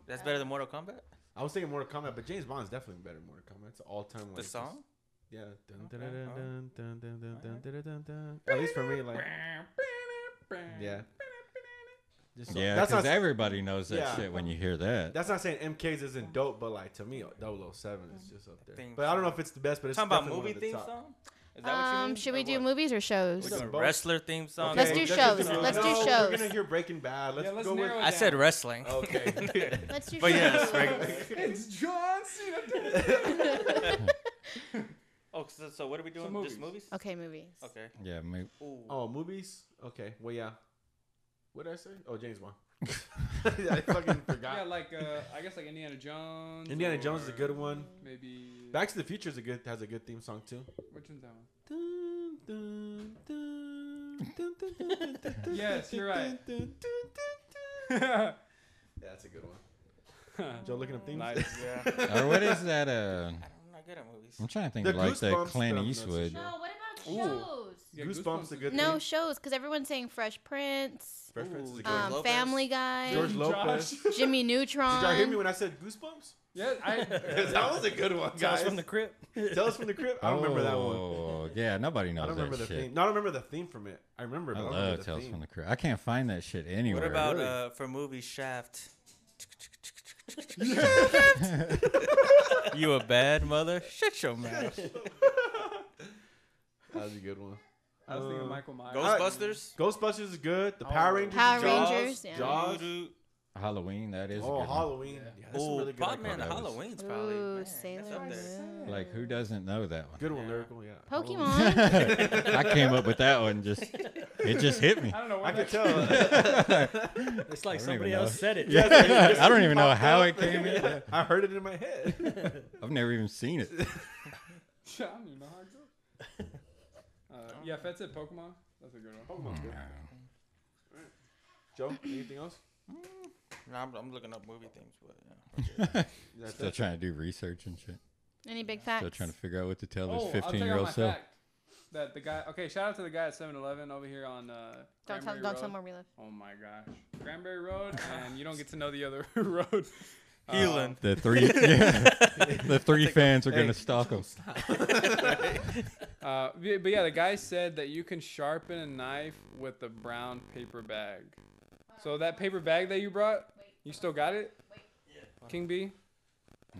That's better than Mortal Kombat. I was thinking Mortal Kombat, but James Bond's definitely better than Mortal Kombat. It's all time. The song. Yeah. Dun, Okay, oh. dun, dun, alright. dun, dun, dun, dun, dun, dun, dun, dun. At least for me, like yeah. Just so- Yeah, that's because not everybody knows that Yeah. shit when you hear that. that's not saying MK's isn't dope, but like to me, 007 is just up there. Theme But I don't know song. if it's the best, but it's Talking about definitely movie one of the theme top. song. Is that what you Um, mean? should Or we do what? movies or shows? We're doing both? wrestler theme song. Let's do just shows. do- Let's do no, We're shows. gonna hear Breaking Bad. Let's, Yeah, let's go with. narrow it I said down. wrestling. <laughs> Okay. Let's do But shows. yes, Oh, right. <laughs> It's John <laughs> Cena. Oh, so, so what are we doing? movies. Just movies? Okay, movies. Okay. Yeah, mo- Ooh. oh, movies. Okay. Well, yeah. What did I say? Oh, James Bond. <laughs> I fucking yeah, forgot. like uh, I guess like Indiana Jones. Indiana Jones is a or good one. Maybe Back to the Future is a good has a good theme song too. Which one's that one? Dun, dun, dun, dun, dun, dun, dun, dun, dun, Yes, dun, you're dun, right. dun, dun, dun, dun. Yeah, that's a good one. <laughs> Joe <laughs> looking up themes. Nice. Yeah. or <laughs> what is that? Uh, I'm not good at movies. I'm trying to think The of like the Goosebumps Clint film, that's Eastwood. a what about Ooh. Yeah, Goosebumps is a good No theme. shows, because everyone's saying Fresh Prince, Preference is a Ooh, good George one. um, Lopez. Family Guy, George Josh. Lopez. Did <laughs> Jimmy Neutron. y'all hear me when I said Goosebumps? <laughs> Yeah, <laughs> I, that was a good one, Tell us guys. from <laughs> the crib. Tell us from the crib. I don't remember that one. Oh, yeah, nobody knows I don't that remember the shit. theme. No, I don't remember the theme from it. I remember. I but I don't love remember the Tales theme. <laughs> from the Crew. I can't find that shit anywhere. What <laughs> about Really? uh for movie Shaft? <laughs> <laughs> you a bad mother? Shut your mouth. That was a good one. I was thinking Um, Michael Oh, Myers. Ghostbusters. Ghostbusters is good. The Power Rangers. is Power Uh, Jaws. Rangers, yeah. Jaws. Halloween? That is. Oh, a good Halloween. Yeah. that's a Oh, really good. Batman iconic- and That was- Halloween's probably. Ooh, man, that's Sailor up there. Moon. One. Like who doesn't know that one? Good one, Yeah. lyrical. Yeah. Halloween. <laughs> Pokemon. I came up with that one. Just it just hit <laughs> me. I don't I know. Where could that, tell. <laughs> <laughs> It's like even somebody know. else said it. Yeah, I don't even know how it came in. <laughs> Yeah, I heard it in my head. I've never even seen it. <laughs> I don't even know how it goes. <laughs> Uh, yeah, Fed said Pokemon. That's a good one. Pokemon's good. Joe, anything else? Nah, I'm, I'm looking up movie themes, but yeah. That's Still it. trying to do research and shit. Any big Still facts? trying to figure out what to tell this oh, I'll tell you my fifteen-year-old <laughs> self. fact. That the guy. Okay, shout out to the guy at 7-Eleven over here on. Uh, Don't tell, Cranberry don't Road. tell 'em where we live. Oh my gosh, <laughs> Cranberry Road, and you don't get to know the other <laughs> road. Uh, Healing. The three, <laughs> yeah, the three fans are Hey, gonna stalk him. Uh, uh, but but yeah, the guy said that you can sharpen a knife with a brown paper bag. So that paper bag that you brought, you still got it? King B?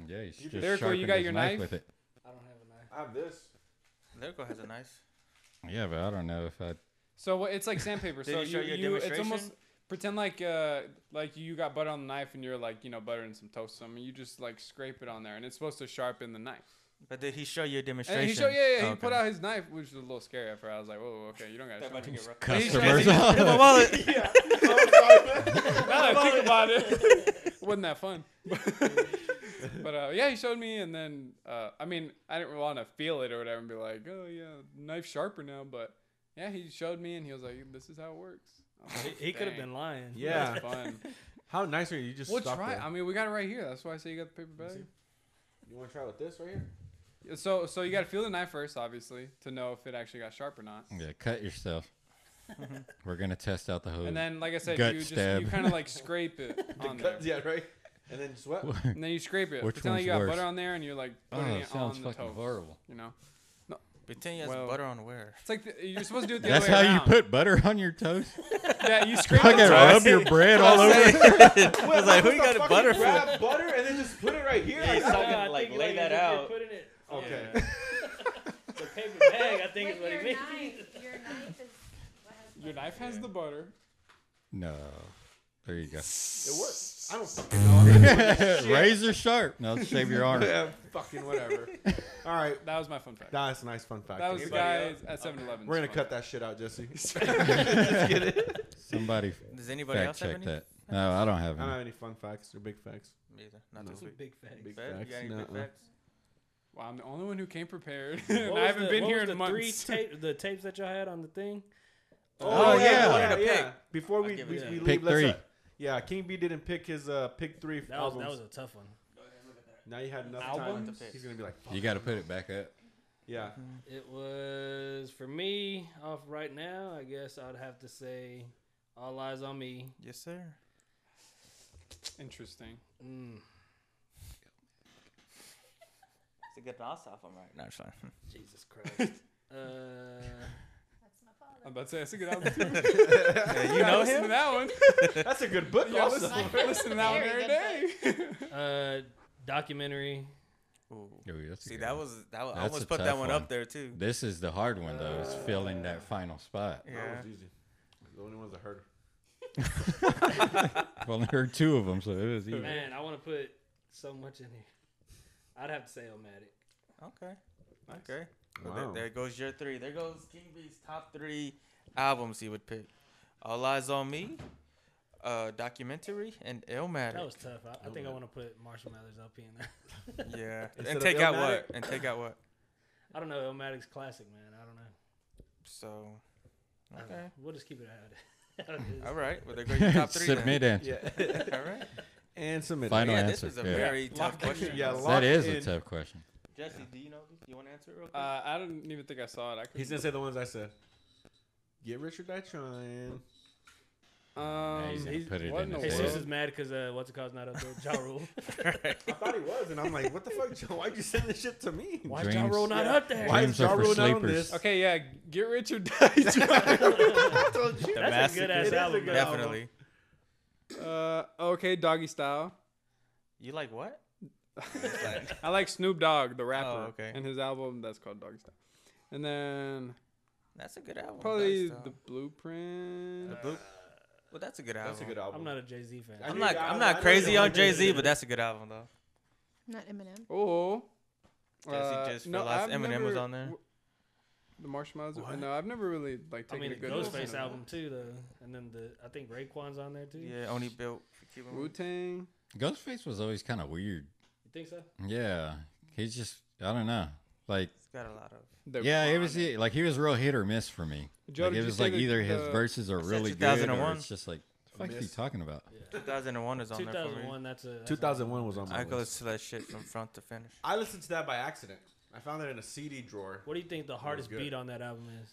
Yeah, he's just Lyrical, sharpened you got his your knife knife? with it. I don't have a knife. I have this. Lyrical Uh, has a nice. Yeah, but I don't know if I. So what- it's like <laughs> sandpaper. Did so he show you a It's almost demonstration? pretend like uh like you got butter on the knife and you're like you know buttering some toast. I mean you just like scrape it on there and it's supposed to sharpen the knife. But did he show you a demonstration? And he showed, yeah, yeah. He Okay. put out his knife, which was a little scary at first. I was like, whoa, okay, you don't gotta. Show me. Customers. Yeah, my wallet. now that I think about it, <laughs> wasn't that fun. but uh, yeah, he showed me, and then uh, I mean, I didn't want to feel it or whatever, and be like, oh yeah, knife sharper now. But yeah, he showed me, and he was like, this is how it works. I was <laughs> like, He could have "Dang, been lying. <laughs> That's Yeah. fun. How nice are you? You just We'll stop try. there. I mean, we got it right here. That's why I say you got the paper bag. You want to try with this right here? Yeah, So, so you got to feel the knife first, obviously, to know if it actually got sharp or not. yeah, cut <laughs> yourself. We're gonna test out the hose. And then, like I said, Gut you just stab. you kind of like scrape it on there, Yeah, right. And then just what? <laughs> and then you scrape it. Which Pretend like one's you got worse? butter on there, and you're like oh, putting it it sounds on the fucking toast. horrible. You know, Pretend he has Well- butter on where? it's like the, you're supposed to do it the That's other how way you around. put butter on your toast. Yeah, you scrape I it. gotta Right? rub your bread all <laughs> over. I was like, who you got a Fucking butter for? grab butter and then just put it right here. Yeah, oh, Like, so- I- Nah, I like, think, lay like, that you're out. Putting it <laughs> okay. the paper bag, I think is what he means. <laughs> Your knife has the butter. No, there you go. It works. <laughs> I don't fucking know. <laughs> Razor sharp. No, shave your arm. yeah, fucking <laughs> whatever. All right. That was my fun fact. That, That's a nice fun fact. was the Anybody guy else? at 7-Eleven. We're gonna cut that shit out, Jesse. Just kidding. Somebody Does anybody fact else have check any? that. No, I don't have I don't any. have any fun facts or big facts. Me either. Not this week. big facts. <laughs> Big Fed, facts. you got any big nuh-uh. facts? <laughs> Wow, I'm the only one who came prepared. <laughs> What and was I haven't the- been what here was the in months. <laughs> Three tape, the tapes that y'all had on the thing. Oh, yeah. yeah. wanted to pick. Before we, I'll give we, it to we you. leave, Pick let's, three. uh, yeah, King B didn't pick his uh, pick three That was, albums. that was a tough one. now you had enough time. Albums? He's gonna be like, Fuck. You got to put it back up. yeah. It was for me off right now. I guess I'd have to say, "All Eyes on Me." Yes, sir. Interesting. Mm, It's a good bounce off him, right? No, it's fine. <laughs> Jesus Christ. <laughs> uh, I'm about to say that's a good album. too. <laughs> you know listen to him? that one. That's a good <laughs> book. You gotta also. listen, listen to that one Very every day. good uh, documentary. <laughs> Ooh. Ooh, Oh, that's a See, good that one. was that. Was, I That's a almost put tough that one, one. up there too. This is the hard one though. Is filling that final spot. Yeah. That was easy. The only ones I heard. I've only heard two of them, so <laughs> it was easy. Man, I want to put so much in here. I'd have to say "Omatic." Okay. Okay. Well, Wow. there, there goes your three. There goes King B's top three albums he would pick. All Eyes on Me, uh, documentary, and Illmatic. That was tough. I, I think I want to put Marshall Mathers LP in there. <laughs> yeah. Instead and of take out what? Illmatic? And take out what? <laughs> I don't know. Illmatic's classic, man. I don't <laughs> know. So. I don't know. Uh, Okay. We'll just keep it out. it <laughs> is. All right. Well, there goes your <laughs> top three. then. Submit answer. Yeah. <laughs> All right. and submit. Final yeah, answer. this was a yeah. very tough question. Yeah, lock that is in. a tough question. Jesse, do you know? these? You want to answer it <laughs> real quick? Uh, I don't even think I saw it. I could, He's gonna say the ones I said. Get rich or die trying. um, he's gonna he's- put it what in the his Jesus world? is mad because uh, what's it called? Not up there. Ja Rule. I thought he was, and I'm like, what the fuck, Joe? Why'd you send this shit to me? Why is Dreams. Ja Rule not up <laughs> there? Why is Dreams are Ja for Rule not on sleepers. this? Okay, yeah, get rich or die. <laughs> <laughs> trying. I told you. That's a Massacre. It good ass is a album. good though. album. Definitely. uh, okay, doggy style. <laughs> You like what? I like Snoop Dogg, the rapper, okay. and his album that's called Doggy Style. And then That's a good album. probably That's, uh, the Blueprint. well, that's a good album. That's a good album. I'm not a Jay Z fan. I I'm knew not. you- I- I'm I not know crazy you on don't like Jay it. Z, but that's a good album though. Not Eminem. oh, Uh, Jesse just I've realized Eminem was never- on there. w- The Marshmallows. What? No, I've never really like I taken mean, a the good listen Ghostface to album too, though, and then the I think Raekwon's on there too. Yeah, only built. keep 'em- Wu Tang. Ghostface was always kind of weird. You think so? Yeah, he's just I don't know. Like It's got a lot of. yeah, it was e, like he was real hit or miss for me. Joe, like, did uh, it you was say like that either his the- verses are said really good or 2001. it's just like what the fuck are you talking about? 2001 is on there for me. 2001. That's a that's a- 2001 was on my I go list. to that shit from front to finish. I listened to that by accident. I found that in a CD drawer. What do you think the hardest good. beat on that album is?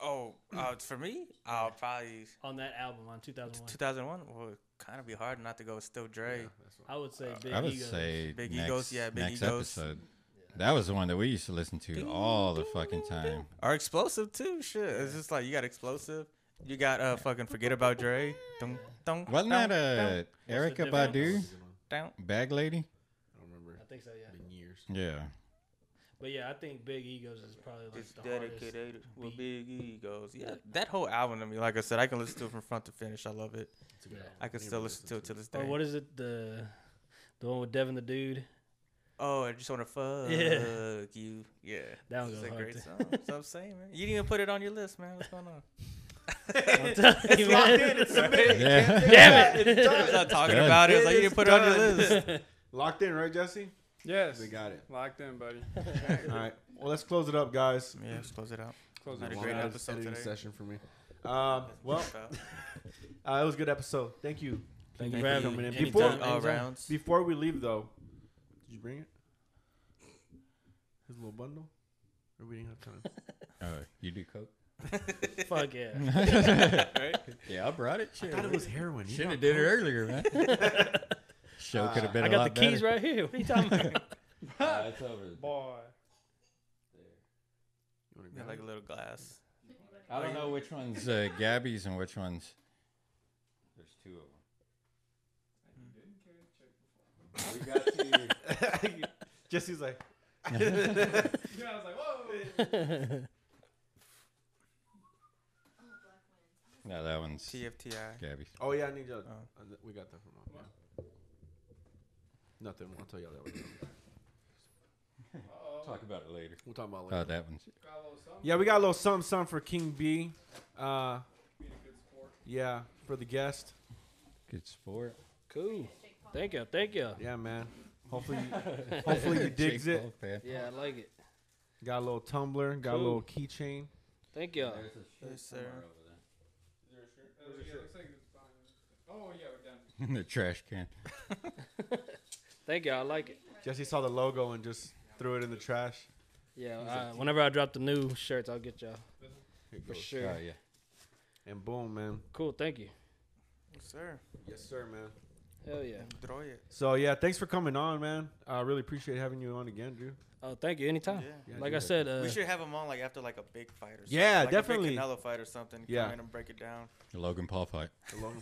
Oh, uh, for me, I'll probably On that album, on 2001, 2001 would kind of be hard not to go with Still Dre. I would Uh, say Big I would Ego. say Big next, Egos, yeah, Big next Egos. episode. That was the one that we used to listen to all the fucking time. Or explosive too. Shit, it's just like you got explosive. You got uh fucking forget about Dre. Dun, dun, Wasn't dun, that uh, Erica difference? Badu, dun, dun. Bag Lady? I don't remember. I think so, yeah. It's been years. Yeah, But yeah, I think Big Egos is probably like It's the hardest. dedicated with big egos. Yeah, that whole album to me, like I said, I can listen to it from front to finish. I love it. It's a good album. <laughs> Oh, I can still listen to it to this day. <laughs> Or what is it the the one with Devin the Dude? Oh, I just want to fuck Yeah. you. Yeah, That one It's goes a hard, great too. song. That's what I'm saying, man. You didn't even put it on your list, man. What's <laughs> going on? I'm telling you, man. submitted. You Yeah. can't <laughs> take Damn out. it. It's It's done. not talking done. about it. It's It like you is didn't put it on your done. list. Locked in, right, Jesse? Yes. We got it. Locked in, buddy. All right. Well, let's close it up, guys. Yeah, let's close it out. Close Had it. a Long great ass episode editing today. session for me. Um, well, uh, it was a good episode. Thank you. Thank you Thank for you. having me. Coming in. Anytime. Before- all Anytime. rounds. Before we leave, though, did you bring it? His little bundle? Or we didn't have time? Oh, you do coke? <laughs> Fuck yeah. Yeah, I brought it. Shit, I <laughs> thought it was heroin. You should know. have did it earlier, man. Show could have been. I a got the lot keys better. right here. What are you talking <laughs> about? <laughs> it's over. Boy. You wanna Yeah, grab like it? a little glass. I don't know which one's uh, Gabby's and which one's. There's two of them. We got to. <laughs> Jesse's like, Yeah, I was like, whoa. <laughs> No, that one's TFTI. Gabby's. oh yeah, I need you. Uh, Oh. we got that from mom. yeah. Nothing. I'll tell y'all that later. Talk about it later. We'll talk about it later. Oh, that one's. Got a little something. Uh, yeah, we got a little something, something for King B. Uh, Being a good sport. yeah, for the guest. Good sport. cool. Thank you. Thank you. Yeah, man. Hopefully, you, hopefully <laughs> you digs Jake it. Paul fan. Yeah, I like it. Got a little tumbler. Got a Cool. little keychain. Thank you. Yes, sir. Uh, yeah, it looks like it's behind us. Oh, yeah, we're done. <laughs> In the trash can. Thank you. I like it. Jesse saw the logo and just threw it in the trash. Yeah. Uh, whenever I drop the new shirts, I'll get y'all Here it for goes. Uh, sure. Oh yeah. And boom, man. Cool. Thank you. Yes, sir. Yes, sir, man. Hell yeah. Throw it. So yeah, thanks for coming on, man. I really appreciate having you on again, Drew. Oh, thank you. Yeah. Anytime. Yeah, like dude. I said, uh, we should have him on like after like a big fight or something. Yeah, like definitely. A big Canelo fight or something. Come Yeah. in and break it down. The Logan Paul fight. The logo.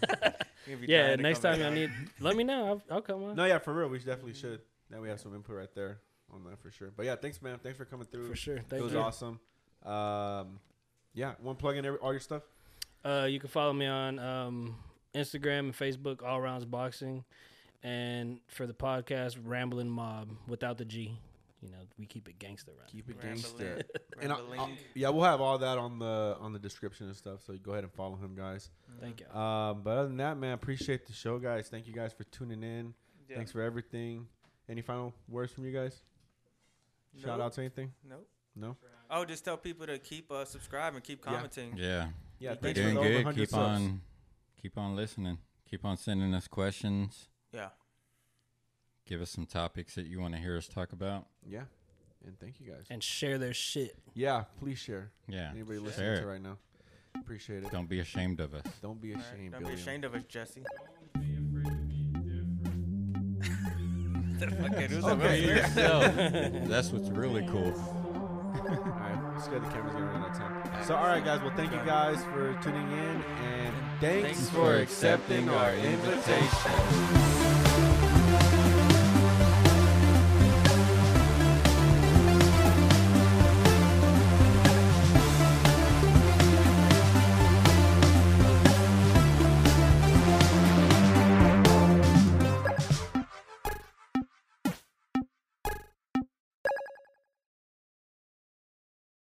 He'd be yeah. dying to Next come time y'all in. <laughs> need, let me know. I'll, I'll come on no, yeah, for real, we definitely should. Now we have some input right there on that for sure. But yeah, thanks, man. Thanks for coming through. for sure. it Thank was you. awesome. Um, yeah, one plug in every, all your stuff. Uh, you can follow me on um, Instagram and Facebook, All Rounds Boxing, and for the podcast, Rambling Mob without the G. You know, we keep it gangster around. Keep it Ramblin'. And I, Ramblin'. I'll- yeah, we'll have all that on the on the description and stuff. So you go ahead and follow him, guys. Mm-hmm. Thank you. Um, but other than that, man, appreciate the show, guys. Thank you guys for tuning in. Yeah. Thanks for everything. Any final words from you guys? Shout Nope. out to anything? Nope. No? Oh, just tell people to keep uh, subscribe and keep Yeah. commenting. Yeah. Yeah, We're thanks for doing the over good. 100 Keep subs. on, keep on listening. Keep on sending us questions. Yeah. Give us some topics that you want to hear us talk about. Yeah. And thank you guys. And share their shit. Yeah, please share. Yeah. Anybody listening Share to it. right now, appreciate it. Don't be ashamed of us. Don't be All right. ashamed, Don't be Billiam. ashamed of us, Jesse. Don't be afraid to be different. <laughs> okay, who's Okay. that? <laughs> That's what's really cool. All right, let's go. The camera's gonna run out of time. So, all right, guys. Well, thank you guys for tuning in, and thanks, Thanks for accepting our invitation.